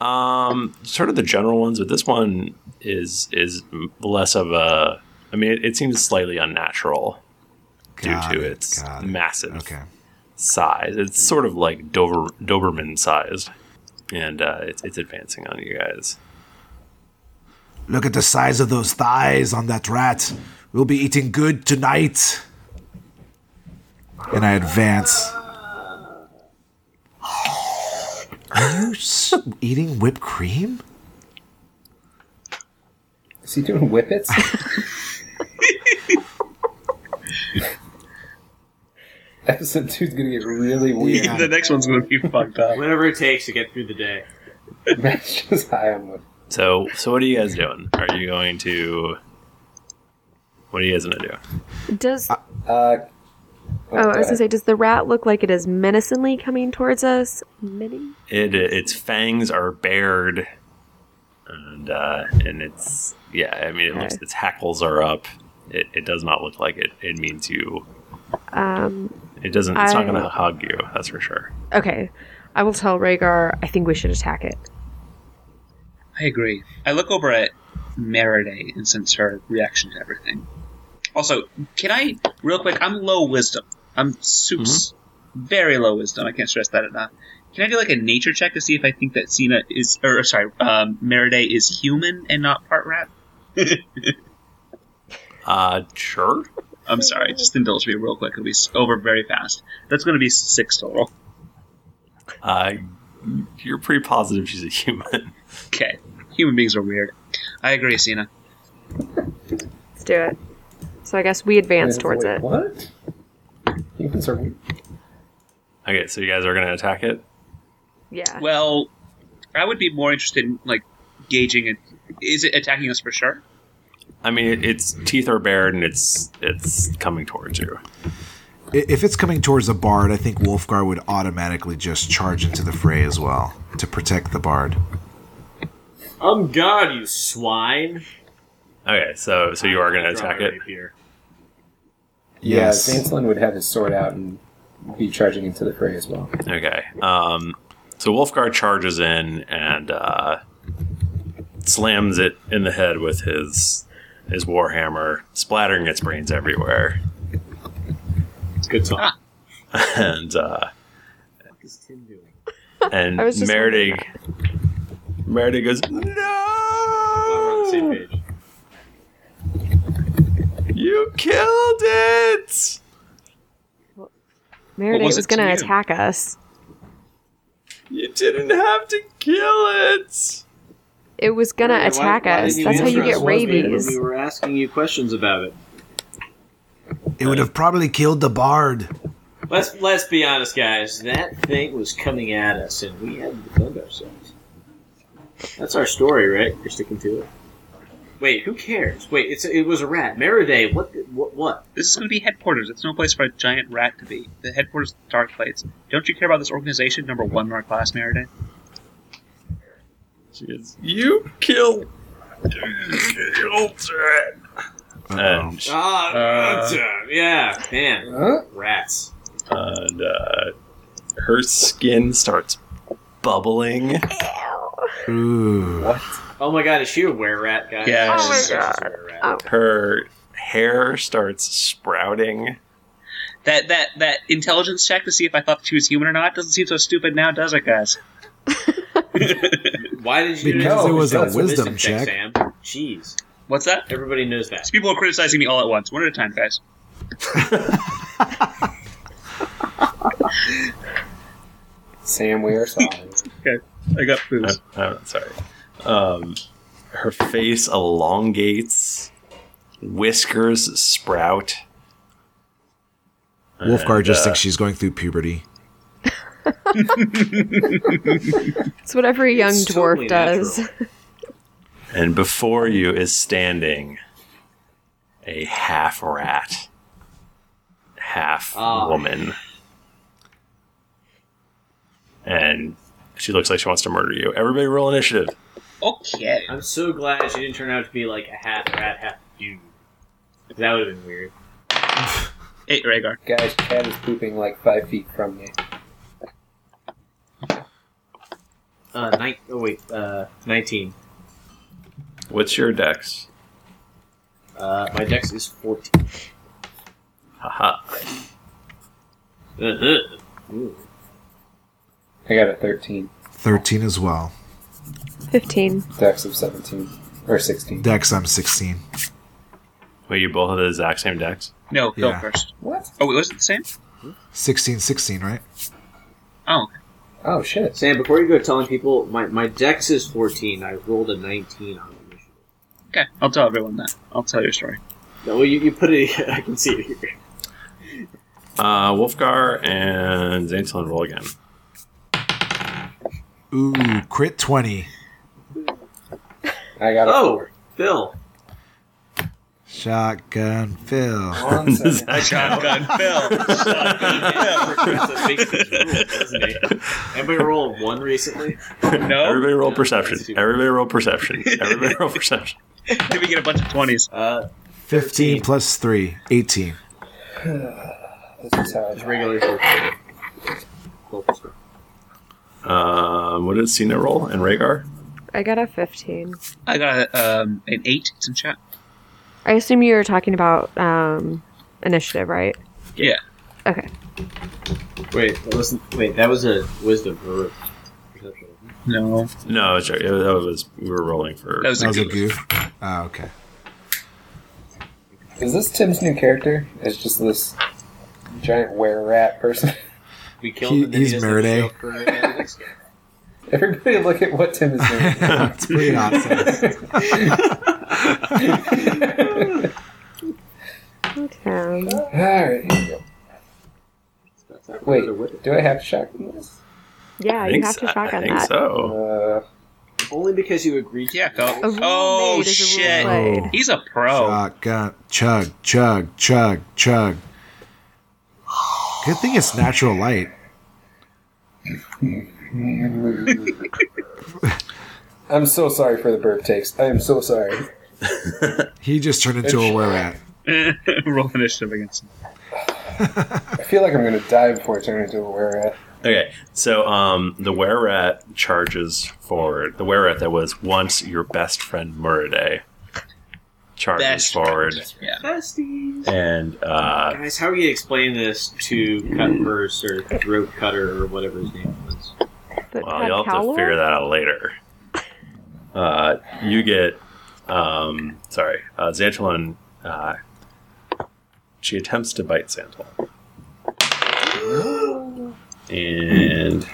Speaker 4: Um, sort of the general ones, but this one is is less of a. I mean, it, it seems slightly unnatural
Speaker 2: Got
Speaker 4: due to
Speaker 2: it,
Speaker 4: its
Speaker 2: got it.
Speaker 4: massive
Speaker 2: Okay.
Speaker 4: size. It's sort of like Dover, Doberman sized, and uh, it's it's advancing on you guys.
Speaker 2: Look at the size of those thighs on that rat. We'll be eating good tonight. And I advance. Are you s- eating whipped cream?
Speaker 1: Is he doing whippets? Episode two's gonna get really weird.
Speaker 2: Yeah.
Speaker 6: the next one's going to be fucked up.
Speaker 3: Whatever it takes to get through the day.
Speaker 1: Matt's just high on wood.
Speaker 4: So so what are you guys doing? Are you going to? What are you guys gonna do?
Speaker 5: Does
Speaker 1: Uh,
Speaker 5: oh, I was gonna
Speaker 1: God.
Speaker 5: say, does the rat look like it is menacingly coming towards us? Mini?
Speaker 4: It uh, its fangs are bared, and uh, and it's yeah. I mean, it looks,
Speaker 5: Okay.
Speaker 4: its hackles are up. It, it does not look like it. It means you.
Speaker 5: Um,
Speaker 4: It doesn't. It's
Speaker 5: I-
Speaker 4: not going to hug you. That's for sure.
Speaker 5: okay, I will tell Rhaegar. I think we should attack it.
Speaker 6: I agree. I look over at Meriday and sense her reaction to everything. Also, can I, real quick, I'm low wisdom. I'm soups. Very low wisdom. I can't stress that enough. Can I do like a nature check to see if I think that Cena is, or sorry, um, Meriday is human and not part rat?
Speaker 4: Uh, sure.
Speaker 6: I'm sorry, just indulge me real quick. It'll be s- over very fast. That's going to be six total.
Speaker 4: Uh, you're pretty positive she's a human.
Speaker 6: Okay. Human beings are weird. I agree, Cena.
Speaker 5: Let's do it. So I guess we advance
Speaker 1: Wait,
Speaker 5: towards
Speaker 1: wait,
Speaker 5: it.
Speaker 1: What? Humans are weird.
Speaker 4: Okay, so you guys are going to attack it.
Speaker 5: Yeah.
Speaker 6: Well, I would be more interested in like gauging it. Is it attacking us for sure?
Speaker 4: I mean, it, its teeth are bared and it's it's coming towards you.
Speaker 2: I- If it's coming towards the bard, I think Wolfgar would automatically just charge into the fray as well to protect the bard.
Speaker 3: I'm Um, God, you swine.
Speaker 4: Okay, so so you are going to
Speaker 3: Draw
Speaker 4: attack
Speaker 3: my
Speaker 4: it.
Speaker 3: rapier.
Speaker 2: Yes.
Speaker 1: Yeah, Xanthlin would have his sword out and be charging into the fray as well.
Speaker 4: Okay. Um, so Wolfgar charges in and uh, slams it in the head with his his warhammer, splattering its brains everywhere.
Speaker 6: Good song.
Speaker 5: Ah.
Speaker 4: and uh,
Speaker 3: What is Tim doing?
Speaker 4: and
Speaker 5: I was just
Speaker 4: Meredig Meredig goes
Speaker 3: We're on the same
Speaker 4: no
Speaker 3: page.
Speaker 4: you killed it
Speaker 5: Meredith
Speaker 6: was
Speaker 5: was,
Speaker 6: it to
Speaker 5: going to
Speaker 6: you?
Speaker 5: attack us.
Speaker 4: you didn't have to kill it
Speaker 5: It was going to
Speaker 3: Why-
Speaker 5: attack
Speaker 3: why
Speaker 5: us.
Speaker 3: didn't
Speaker 5: That's how
Speaker 3: answer
Speaker 5: you
Speaker 3: us
Speaker 5: get
Speaker 3: when we- when
Speaker 5: rabies.
Speaker 3: We were asking you questions about it.
Speaker 2: It would have probably killed the bard.
Speaker 3: Let's let's be honest, guys. That thing was coming at us, and we had to defend ourselves. That's our story, right? We're sticking to it. Wait, who cares? Wait, it's it was a rat. Maraday, what? the- What? What?
Speaker 6: This is going to be headquarters. It's no place for a giant rat to be. The headquarters of the Dark Plates. Don't you care about this organization, number one in our class, Meredith?
Speaker 4: she goes you killed killed it and, she-
Speaker 3: Ah,
Speaker 6: Uh.
Speaker 3: uh, yeah, man, rats.
Speaker 4: and uh, her skin starts bubbling
Speaker 1: uh,
Speaker 2: Ooh.
Speaker 3: Oh my god, is she a were rat, guys?
Speaker 6: Yes. Oh my
Speaker 3: She's a were-rat.
Speaker 5: Oh.
Speaker 4: her hair starts sprouting
Speaker 6: That that that intelligence check to see if I thought she was human or not doesn't seem so stupid now, does it, guys?
Speaker 3: Why did you? do
Speaker 2: Because
Speaker 3: that?
Speaker 2: it was a
Speaker 3: That's
Speaker 2: wisdom
Speaker 3: wisdom
Speaker 2: check.
Speaker 3: Sam. Jeez,
Speaker 6: What's that?
Speaker 3: everybody knows that.
Speaker 6: So people are criticizing me all at once, one at a time, guys.
Speaker 1: Sam, we are sorry.
Speaker 6: I got booze.
Speaker 4: Oh, sorry. Um, her face elongates, whiskers sprout.
Speaker 2: Wolfgar
Speaker 4: And,
Speaker 2: just
Speaker 4: uh,
Speaker 2: thinks she's going through puberty.
Speaker 5: It's whatever a young
Speaker 3: It's
Speaker 5: dwarf
Speaker 3: totally
Speaker 5: does.
Speaker 3: natural.
Speaker 4: And before you is standing a half rat, half
Speaker 3: Ah.
Speaker 4: woman. And she looks like she wants to murder you. Everybody roll initiative.
Speaker 6: Okay.
Speaker 3: I'm so glad she didn't turn out to be like a half rat, half dude. That would have been weird.
Speaker 6: Eight, Rhaegar.
Speaker 1: Guys, Chad is pooping like five feet from me.
Speaker 3: Uh, nine, oh wait, uh, 19.
Speaker 4: What's your dex?
Speaker 3: Uh, my dex is 14.
Speaker 4: Haha.
Speaker 3: Ugh.
Speaker 1: I got a 13.
Speaker 2: 13 as well.
Speaker 5: 15.
Speaker 1: Dex of 17. Or 16.
Speaker 2: Dex, I'm 16.
Speaker 4: Wait, you both have the exact same dex?
Speaker 6: No, go
Speaker 2: Yeah.
Speaker 6: first.
Speaker 1: What?
Speaker 6: Oh, wait, was it the same?
Speaker 2: 16, 16, right?
Speaker 6: Oh,
Speaker 1: Oh, shit.
Speaker 3: Sam, before you go telling people, my, my dex is 14. I rolled a 19 on the mission.
Speaker 6: okay. I'll tell everyone that. I'll tell your story.
Speaker 3: No, well, you, you put it I can see it here.
Speaker 4: Uh, Wolfgar and Zantilin roll again.
Speaker 2: Ooh, crit 20.
Speaker 1: I got a
Speaker 3: Oh, Phil.
Speaker 2: Shotgun Phil.
Speaker 1: four. One second.
Speaker 6: Shotgun Phil.
Speaker 3: That's a big rule, doesn't he? Everybody roll one recently?
Speaker 6: No?
Speaker 4: Everybody roll
Speaker 3: No,
Speaker 4: perception.
Speaker 3: that's too-
Speaker 4: Everybody roll perception. Everybody roll perception.
Speaker 6: Did we get a bunch of 20s?
Speaker 3: Uh,
Speaker 2: 15 plus 3, 18.
Speaker 1: This is how I
Speaker 3: it's
Speaker 1: drink.
Speaker 3: regular 14. Focus.
Speaker 4: Um, what did Cena roll and Rhaegar?
Speaker 5: I got a 15.
Speaker 6: I got um, an 8. It's in chat.
Speaker 5: I assume you were talking about um, initiative, right?
Speaker 6: Yeah.
Speaker 5: Okay.
Speaker 3: Wait, that was wait, that was a wisdom or perception.
Speaker 6: No.
Speaker 4: No, it's right. It was, it was- we were rolling for.
Speaker 6: That was
Speaker 2: That was a
Speaker 6: a
Speaker 2: goof. Oh, okay.
Speaker 1: Is this Tim's new character? It's just this giant were rat person.
Speaker 3: We killed
Speaker 2: He-
Speaker 3: him. then he
Speaker 2: he's
Speaker 3: doesn't
Speaker 2: Meriday.
Speaker 3: show up for, uh, the next game.
Speaker 1: Everybody look at what Tim is doing.
Speaker 2: it's pretty nonsense.
Speaker 5: Okay.
Speaker 1: Alright, here we go.
Speaker 3: That's not
Speaker 1: Wait,
Speaker 3: further with it.
Speaker 1: do I have to shotgun this?
Speaker 5: Yeah,
Speaker 4: I
Speaker 5: you
Speaker 4: think,
Speaker 5: have
Speaker 4: so-
Speaker 5: to shotgun
Speaker 4: I think
Speaker 5: that.
Speaker 4: so.
Speaker 1: Uh,
Speaker 3: Only because you agreed. to
Speaker 6: Yeah, Phil.
Speaker 5: A rule
Speaker 6: Oh,
Speaker 5: made is a rule
Speaker 6: shit.
Speaker 5: played.
Speaker 6: He's a
Speaker 3: Oh.
Speaker 6: pro.
Speaker 2: Shotgun. Chug, chug, chug, chug. Good thing it's natural light.
Speaker 1: I'm so sorry for the burp takes. I am so sorry.
Speaker 2: He just turned into a were rat.
Speaker 6: Roll initiative against him.
Speaker 1: I feel like I'm gonna die before I turn into a were rat.
Speaker 4: Okay, so um, the were rat charges forward. The were rat that was once your best friend Muraday charges
Speaker 6: Best
Speaker 4: forward,
Speaker 6: Yeah.
Speaker 3: Besties.
Speaker 4: and uh,
Speaker 3: Guys, how are you going to explain this to Cutverse or Throat Cutter or whatever his name was?
Speaker 5: But
Speaker 4: well, you'll have to figure that out later. Uh, you get, um, sorry, uh, Xantolin, uh, she attempts to bite Xantol. And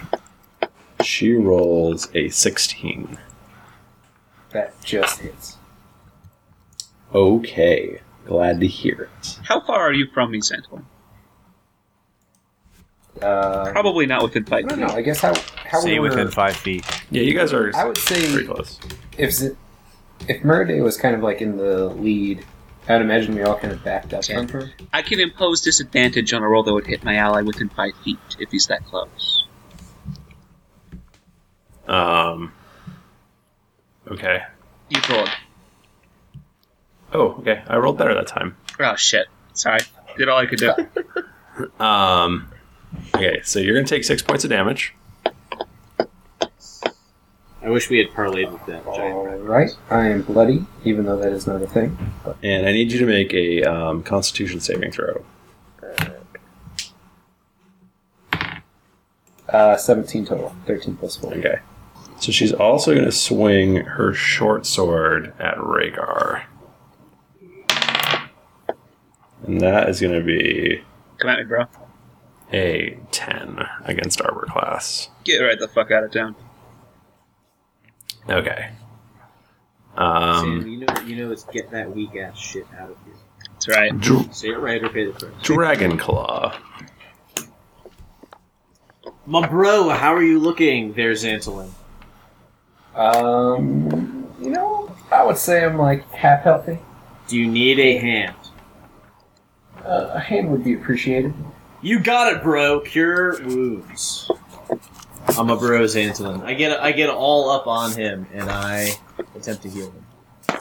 Speaker 4: she rolls a 16.
Speaker 1: That just hits.
Speaker 4: Okay, glad to hear it.
Speaker 6: How far are you from me, Santorin?
Speaker 1: Uh,
Speaker 6: Probably not within
Speaker 1: I
Speaker 6: five
Speaker 1: don't
Speaker 6: feet.
Speaker 1: know. I guess how how
Speaker 7: Stay
Speaker 1: we were,
Speaker 7: within five feet.
Speaker 4: Yeah, you guys are
Speaker 1: I would say
Speaker 4: pretty close.
Speaker 1: if Z- if Murday was kind of like in the lead, I'd imagine we all kind of backed up on her.
Speaker 6: I can impose disadvantage on a roll that would hit my ally within five feet if he's that close.
Speaker 4: Um, okay.
Speaker 6: You rolled.
Speaker 4: Oh, okay. I rolled better that time.
Speaker 6: Oh shit! Sorry, did all I could do.
Speaker 4: Um, okay, so you're going to take six points of damage.
Speaker 3: I wish we had parlayed with that
Speaker 1: All
Speaker 3: giant.
Speaker 1: right, I am bloody, even though that is not a thing.
Speaker 4: And I need you to make a um, Constitution saving throw.
Speaker 1: Uh, Seventeen total, thirteen plus four.
Speaker 4: Okay. So she's also going to swing her short sword at Rhaegar. And that is going to be
Speaker 6: Come at me, bro.
Speaker 4: a 10 against Arbor class.
Speaker 6: Get right the fuck out of town.
Speaker 4: Okay.
Speaker 3: Sam,
Speaker 4: Um,
Speaker 3: you know, you know, it's get that weak ass shit out of here.
Speaker 6: That's right.
Speaker 4: Dr-
Speaker 3: Say it right or pay the price.
Speaker 4: Dragon Claw.
Speaker 3: My bro, how are you looking there, Xantolin?
Speaker 1: Um, you know, I would say I'm like half healthy.
Speaker 3: Do you need a hand?
Speaker 1: Uh, a hand would be appreciated.
Speaker 3: You got it, bro. Cure wounds. I'm a bro, Xantolin. I get I get all up on him, and I attempt to heal him.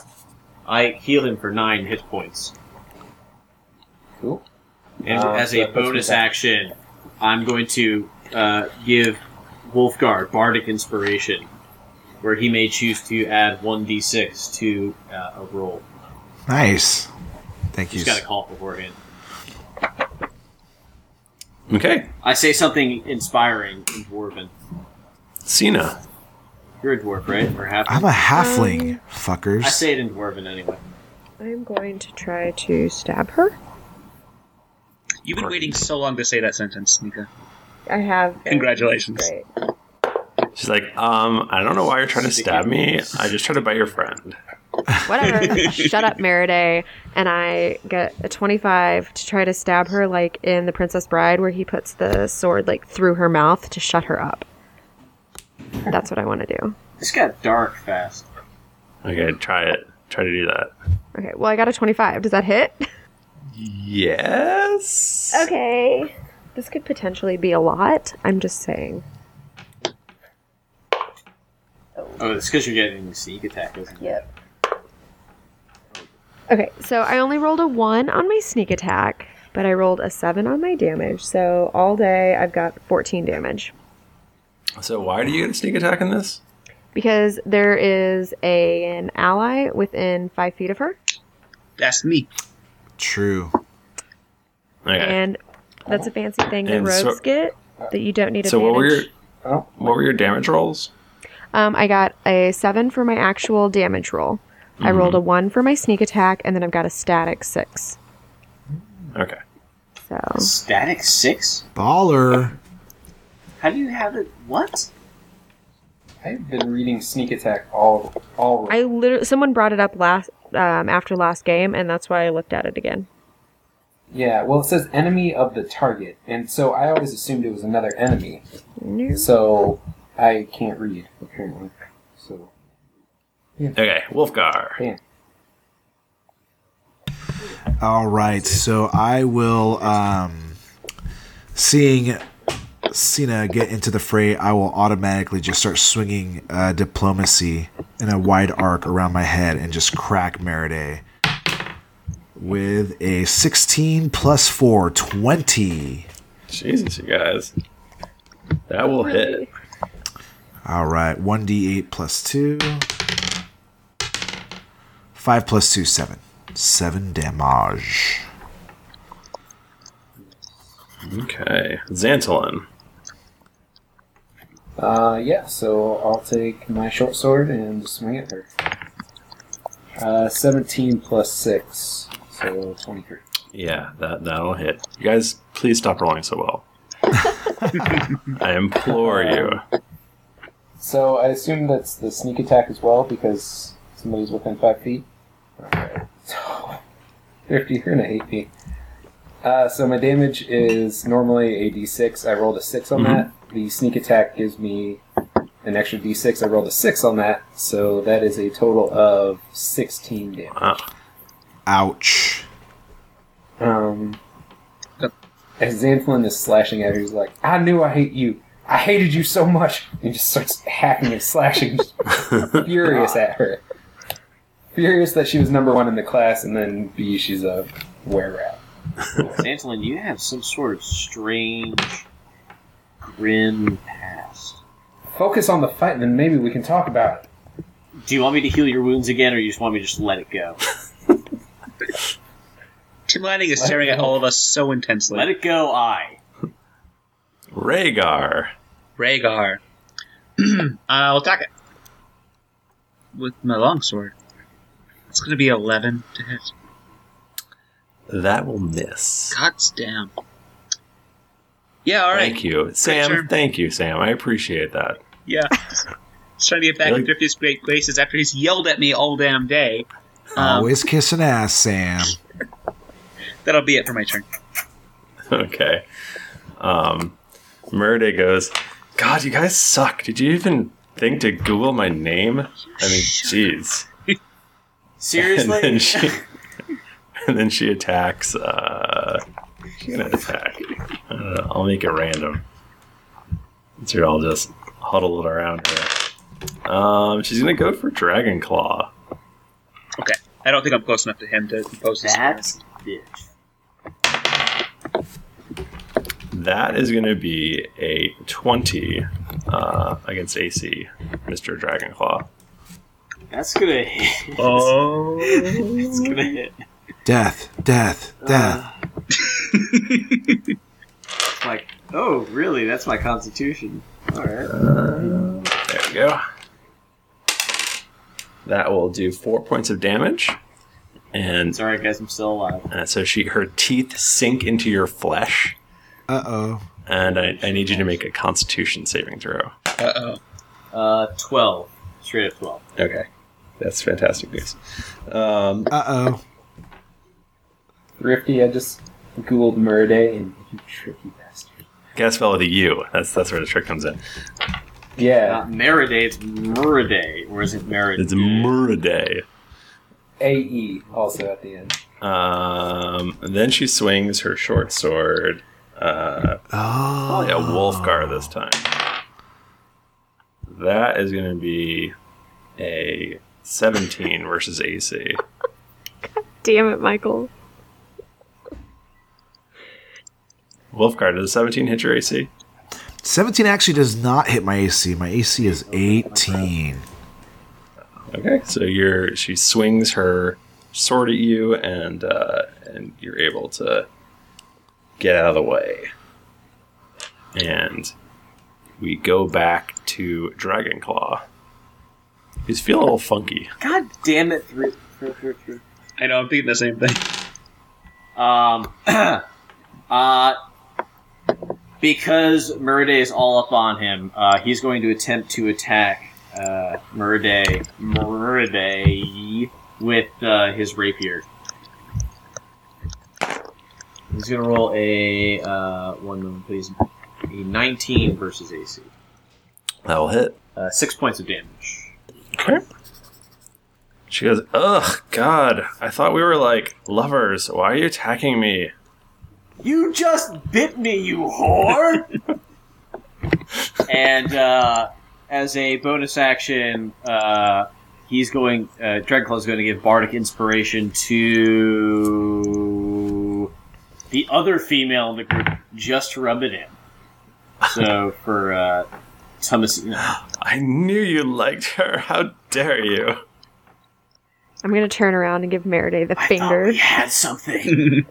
Speaker 3: I heal him for nine hit points,
Speaker 1: Cool.
Speaker 3: and
Speaker 1: Uh,
Speaker 3: as
Speaker 1: so that
Speaker 3: a
Speaker 1: puts me
Speaker 3: bonus
Speaker 1: back.
Speaker 3: action, I'm going to uh, give Wolfgar bardic inspiration, where he may choose to add one d6 to uh, a roll.
Speaker 2: Nice. Thank you.
Speaker 3: He's got to call it beforehand.
Speaker 4: Okay.
Speaker 3: I say something inspiring in dwarven.
Speaker 4: Cena.
Speaker 3: You're a dwarf, right? Or half.
Speaker 2: I'm a halfling, fuckers.
Speaker 3: Um, I say it in dwarven anyway.
Speaker 5: I'm going to try to stab her.
Speaker 6: You've been waiting so long to say that sentence, Nika.
Speaker 5: I have.
Speaker 6: Congratulations.
Speaker 5: Great.
Speaker 4: She's like, um, I don't know why you're trying to stab me. I just tried to bite your friend.
Speaker 5: Whatever. Shut up, Meriday. And I get a 25 to try to stab her, like in The Princess Bride, where he puts the sword like through her mouth to shut her up. That's what I want to do.
Speaker 3: This got dark fast.
Speaker 4: Okay, try it. Try to do that.
Speaker 5: Okay. Well, I got a 25. Does that hit?
Speaker 4: Yes.
Speaker 5: Okay. This could potentially be a lot. I'm just saying.
Speaker 3: Oh, it's because you're getting sneak attack, isn't it?
Speaker 5: Yep. Okay, so I only rolled a 1 on my sneak attack, but I rolled a 7 on my damage. So all day I've got 14 damage
Speaker 4: So why do you get a sneak attack in this?
Speaker 5: because there is a, an ally within 5 feet of her.
Speaker 6: That's me.
Speaker 2: True.
Speaker 4: Okay.
Speaker 5: And that's a fancy thing that
Speaker 4: And so-
Speaker 5: rogues get that you don't need
Speaker 4: So what were your
Speaker 5: advantage.
Speaker 1: Oh,
Speaker 4: what were your damage rolls?
Speaker 5: Um, I got a 7 for my actual damage roll. I
Speaker 4: Mm-hmm.
Speaker 5: rolled a 1 for my sneak attack, and then I've got a static 6.
Speaker 4: Okay.
Speaker 5: So.
Speaker 3: Static six?
Speaker 2: Baller.
Speaker 3: How do you have it? What?
Speaker 1: I've been reading Sneak Attack all all.
Speaker 5: I literally someone brought it up last um, after last game, and that's why I looked at it again.
Speaker 1: yeah, well, it says enemy of the target, and so I always assumed it was another enemy. So I can't read apparently. So
Speaker 4: Okay. Wolfgar.
Speaker 1: yeah,
Speaker 2: All right, so I will. Um, seeing Cena get into the fray, I will automatically just start swinging uh, diplomacy in a wide arc around my head and just crack Meriday with a 16 plus 4, 20.
Speaker 4: Jesus, you guys. That will hit.
Speaker 2: All right, 1d8 plus 2. 5 plus 2, 7. seven damage.
Speaker 4: Okay. Xantolin.
Speaker 1: Uh, yeah, so I'll take my short sword and swing at her. Uh, 17 plus 6, so 23.
Speaker 4: Yeah, that, that'll hit. You guys, please stop rolling so well. I implore you.
Speaker 1: So I assume that's the sneak attack as well because somebody's within 5 feet. Alright, so. Thrifty, you're gonna hate me. Uh, so my damage is normally a d6. I rolled a 6 on
Speaker 4: Mhm.
Speaker 1: that. The sneak attack gives me an extra d6. I rolled a 6 on that, so that is a total of 16 damage.
Speaker 4: Wow.
Speaker 2: Ouch.
Speaker 1: Um, as Xanthlin is slashing at her, he's like, I knew I hate you. I hated you so much. And he just starts hacking and slashing, just furious at her. Furious that she was number one in the class, and then B, she's a were rat.
Speaker 3: Antolin, you have some sort of strange, grim past.
Speaker 1: Focus on the fight, and then maybe we can talk about it.
Speaker 3: Do you want me to heal your wounds again, or you just want me to just let it go?
Speaker 6: Tim Lanning is
Speaker 1: Let
Speaker 6: staring
Speaker 1: it
Speaker 6: at
Speaker 1: go.
Speaker 6: all of us so intensely.
Speaker 3: let it go, I.
Speaker 4: Rhaegar.
Speaker 6: Rhaegar. I'll Uh, attack it with my longsword. It's going to be 11 to hit.
Speaker 4: That will miss.
Speaker 6: God damn. Yeah, all right.
Speaker 4: Thank you, Sam.
Speaker 6: sure.
Speaker 4: Thank you, Sam. I appreciate that.
Speaker 6: Yeah. Just trying to get back
Speaker 4: Really?
Speaker 6: in Thrifty's great graces after he's yelled at me all damn day. Um,
Speaker 2: Always kissing ass, Sam.
Speaker 6: that'll be it for my turn.
Speaker 4: okay. Um, Murda goes, God, you guys suck. Did you even think to Google my name? I mean, jeez.
Speaker 3: Seriously?
Speaker 4: And then she, and then she attacks. Uh, she's gonna attack. I don't know. I'll make it random. So you're all just huddled around her. Um, she's gonna go for Dragon Claw.
Speaker 6: Okay. I don't think I'm close enough to him to impose this.
Speaker 3: That's bitch.
Speaker 4: That is gonna be a twenty uh, against AC, Mister Dragon Claw.
Speaker 3: That's gonna hit.
Speaker 6: Oh.
Speaker 3: It's gonna hit.
Speaker 2: Death, death, death.
Speaker 3: It's like, oh, really? That's my constitution.
Speaker 4: Uh,
Speaker 3: Alright.
Speaker 4: There we go. That will do four points of damage, and
Speaker 3: It's alright, guys, I'm still alive.
Speaker 4: Uh, so she, her teeth sink into your flesh,
Speaker 2: Uh oh.
Speaker 4: and I, I need you to make a Constitution saving throw.
Speaker 6: Uh oh.
Speaker 3: Uh, 12. Straight up 12.
Speaker 4: Okay, that's fantastic news. Um,
Speaker 2: Uh oh.
Speaker 1: Thrifty, I just googled Murday, and you tricky bastard.
Speaker 4: Gasfell with a U. That's that's where the trick comes in.
Speaker 1: Yeah.
Speaker 3: Not Meriday, Uh, it's Muriday. Or is it Meriday?
Speaker 4: It's Muraday.
Speaker 1: AE E also at the end.
Speaker 4: Um, and then she swings her short sword. Uh,
Speaker 2: Oh.
Speaker 4: probably a Wolfgar this time. That is going to be a 17 versus AC.
Speaker 5: Damn it, Michael.
Speaker 4: Wolfgar, does a 17 hit your AC?
Speaker 2: 17 actually does not hit my AC. My AC is 18.
Speaker 4: Okay, so you're she swings her sword at you, and uh, and you're able to get out of the way. And we go back to Dragonclaw. He's feeling a little funky.
Speaker 3: God damn it, Thrift. Thrift, Thrift, Thrift.
Speaker 6: I know, I'm thinking the same thing.
Speaker 3: Um, uh, because Muraday is all up on him, uh, he's going to attempt to attack uh, Muraday, Muraday with uh, his rapier. He's going to roll a uh, one moment, please. A 19 versus AC.
Speaker 4: That'll hit.
Speaker 3: Uh, six points of damage.
Speaker 4: Okay. She goes, "Ugh, God! I thought we were like lovers. Why are you attacking me?"
Speaker 3: You just bit me, you whore! and uh, as a bonus action, uh, he's going. Uh, Dragonclaw's going to give bardic inspiration to the other female in the group. Just to rub it in. So for uh, Thomas,
Speaker 4: I knew you liked her. How dare you?
Speaker 5: I'm gonna turn around and give Meriday the finger.
Speaker 3: had something.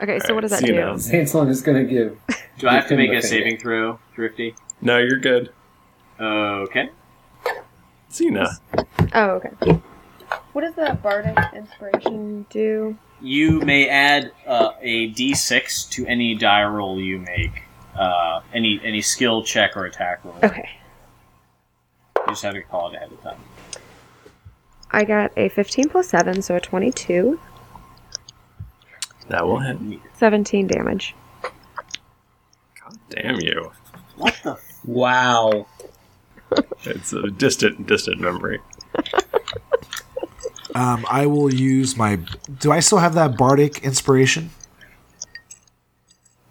Speaker 5: Okay, so what does that
Speaker 4: see you
Speaker 5: do?
Speaker 4: now.
Speaker 1: Sansalon is going to give.
Speaker 3: Do I have to
Speaker 1: Give him
Speaker 3: make
Speaker 1: the finger.
Speaker 3: a saving throw, Thrifty?
Speaker 4: No, you're good.
Speaker 3: Okay.
Speaker 4: Cena.
Speaker 5: Oh, okay. What does that bardic inspiration do?
Speaker 3: You may add uh, a d6 to any die roll you make, uh, any any skill check or attack roll.
Speaker 5: Okay,
Speaker 3: You just have to call it ahead of time.
Speaker 5: I got a 15 plus 7, so a 22.
Speaker 4: That will hit.
Speaker 5: 17 damage.
Speaker 4: God damn you.
Speaker 3: What the? F-
Speaker 6: Wow.
Speaker 4: It's a distant, distant memory.
Speaker 2: Um, I will use my. Do I still have that bardic inspiration?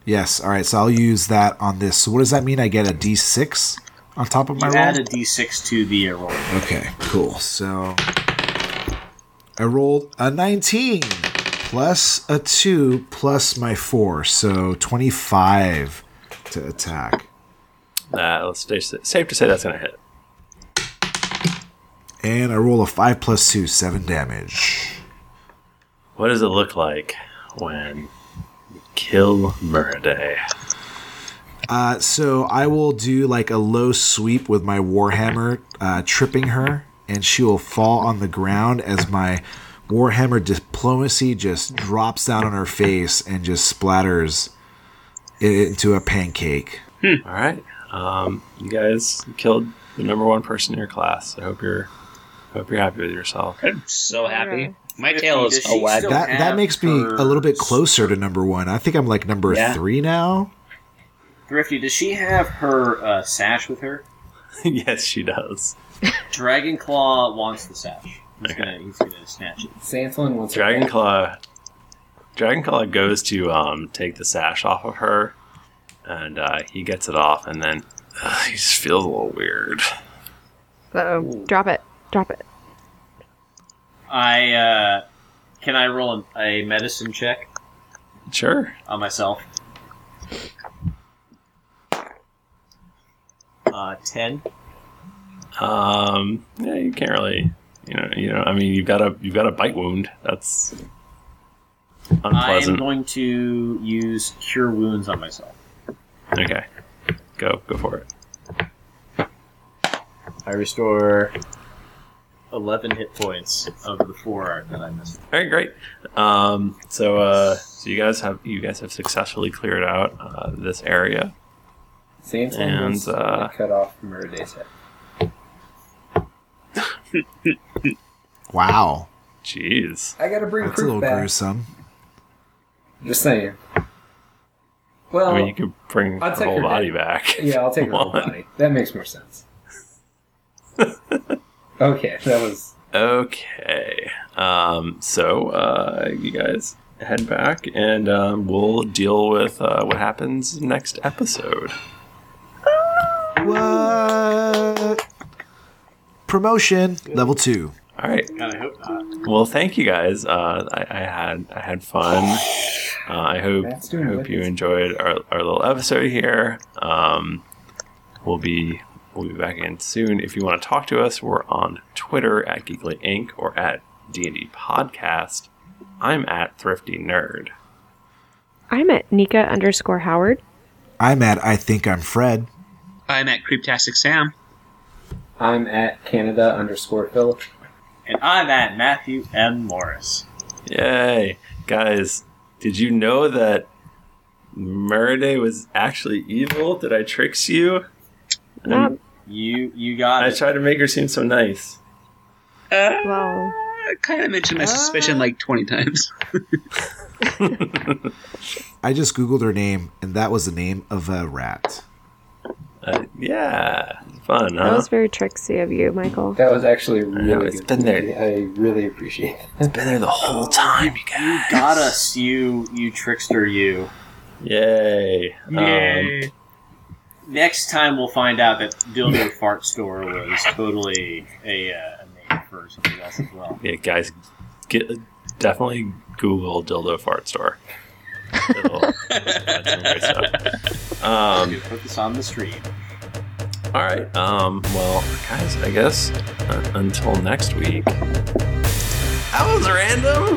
Speaker 2: Yes. All right. So I'll use that on this. So what does that mean? I get a D6 on top of my
Speaker 3: you
Speaker 2: roll.
Speaker 3: add a d6 to the uh, roll.
Speaker 2: Okay, cool. So I rolled a 19 plus a 2 plus my 4, so 25 to attack.
Speaker 4: That let's stay, safe to say that's gonna hit.
Speaker 2: And I roll a 5 plus 2, 7 damage.
Speaker 4: What does it look like when you kill Muraday?
Speaker 2: Uh, so I will do like a low sweep with my warhammer, uh, tripping her, and she will fall on the ground as my warhammer diplomacy just drops down on her face and just splatters it into a pancake.
Speaker 4: All right, um, you guys killed the number one person in your class. I hope you're, hope you're happy with yourself.
Speaker 6: I'm so happy.
Speaker 5: Alright.
Speaker 6: My tail is
Speaker 3: Does
Speaker 6: a
Speaker 3: she
Speaker 6: wag.
Speaker 3: still
Speaker 2: that that
Speaker 3: have
Speaker 2: makes me a little bit
Speaker 3: her-
Speaker 2: closer to number one. I think I'm like number
Speaker 6: Yeah.
Speaker 2: three now.
Speaker 3: Thrifty, does she have her uh, sash with her?
Speaker 4: yes, she does.
Speaker 3: Dragonclaw wants the sash. He's gonna he's gonna snatch it.
Speaker 1: Sansalon wants her back.
Speaker 4: Dragonclaw, Dragonclaw goes to um, take the sash off of her, and uh, he gets it off, and then uh, he just feels a little weird.
Speaker 5: So drop it. Drop it.
Speaker 3: I uh, can I roll a, a medicine check
Speaker 4: Sure.
Speaker 3: on myself? Uh, ten.
Speaker 4: Um, yeah, you can't really, you know, you know. I mean, you've got a you've got a bite wound. That's
Speaker 3: I'm
Speaker 4: unpleasant.
Speaker 3: going to use cure wounds on myself.
Speaker 4: Okay, go go for it.
Speaker 3: I restore eleven hit points of the four art that I missed.
Speaker 4: All right, great. Um, so uh, so you guys have you guys have successfully cleared out uh, this area.
Speaker 1: Sansalon
Speaker 4: And,
Speaker 1: wants
Speaker 4: uh,
Speaker 1: to cut off Muraday's head.
Speaker 2: Wow,
Speaker 4: Jeez.
Speaker 1: I got to bring
Speaker 2: that's a
Speaker 1: proof
Speaker 2: little
Speaker 1: back.
Speaker 2: gruesome.
Speaker 1: Just saying. Well,
Speaker 4: I mean, you could bring
Speaker 1: I'll
Speaker 4: the
Speaker 1: take
Speaker 4: whole
Speaker 1: your
Speaker 4: body
Speaker 1: head.
Speaker 4: back.
Speaker 1: yeah, I'll take her whole
Speaker 4: Come on.
Speaker 1: body. That makes more sense. okay, that was
Speaker 4: Okay. Um, so uh, you guys head back, and um, we'll deal with uh, what happens next episode.
Speaker 2: What promotion level two?
Speaker 4: All right.
Speaker 3: God, I hope not.
Speaker 4: Well, thank you guys. Uh, I, I had I had fun. Uh, I hope
Speaker 1: That's
Speaker 4: I
Speaker 1: doing
Speaker 4: hope
Speaker 1: good.
Speaker 4: you enjoyed our, our little episode here. Um, we'll be we'll be back in soon. If you want to talk to us, we're on Twitter at Geekly Inc. or at D and D Podcast. I'm at Thrifty Nerd.
Speaker 5: I'm at Nika underscore Howard.
Speaker 2: I'm at. I think I'm Fred.
Speaker 6: I'm at Creeptastic Sam.
Speaker 1: I'm at Canada underscore Philip.
Speaker 3: And I'm at Matthew M. Morris.
Speaker 4: Yay, guys! Did you know that Murday was actually evil? Did I trick you?
Speaker 5: Not
Speaker 3: You you got
Speaker 4: I
Speaker 3: it.
Speaker 4: tried to make her seem so nice.
Speaker 6: Uh,
Speaker 5: well.
Speaker 6: I kind of mentioned my suspicion like 20 times.
Speaker 2: I just googled her name, and that was the name of a rat.
Speaker 4: Uh, yeah, fun, huh?
Speaker 5: That was very tricksy of you, Michael.
Speaker 1: That was actually really
Speaker 4: know, it's
Speaker 1: good.
Speaker 4: been there.
Speaker 1: I really appreciate it.
Speaker 4: It's been there the whole time, you guys.
Speaker 3: got us, you you trickster, you.
Speaker 4: Yay! Um,
Speaker 3: Next time we'll find out that Dildo Fart Store was totally a, uh, a name for something else as well.
Speaker 4: yeah, guys, get definitely Google dildo fart store. It'll- that's some great stuff. Um,
Speaker 3: Dude, put this on the stream.
Speaker 4: All right. Um, well, guys, I guess uh, until next week. That was random.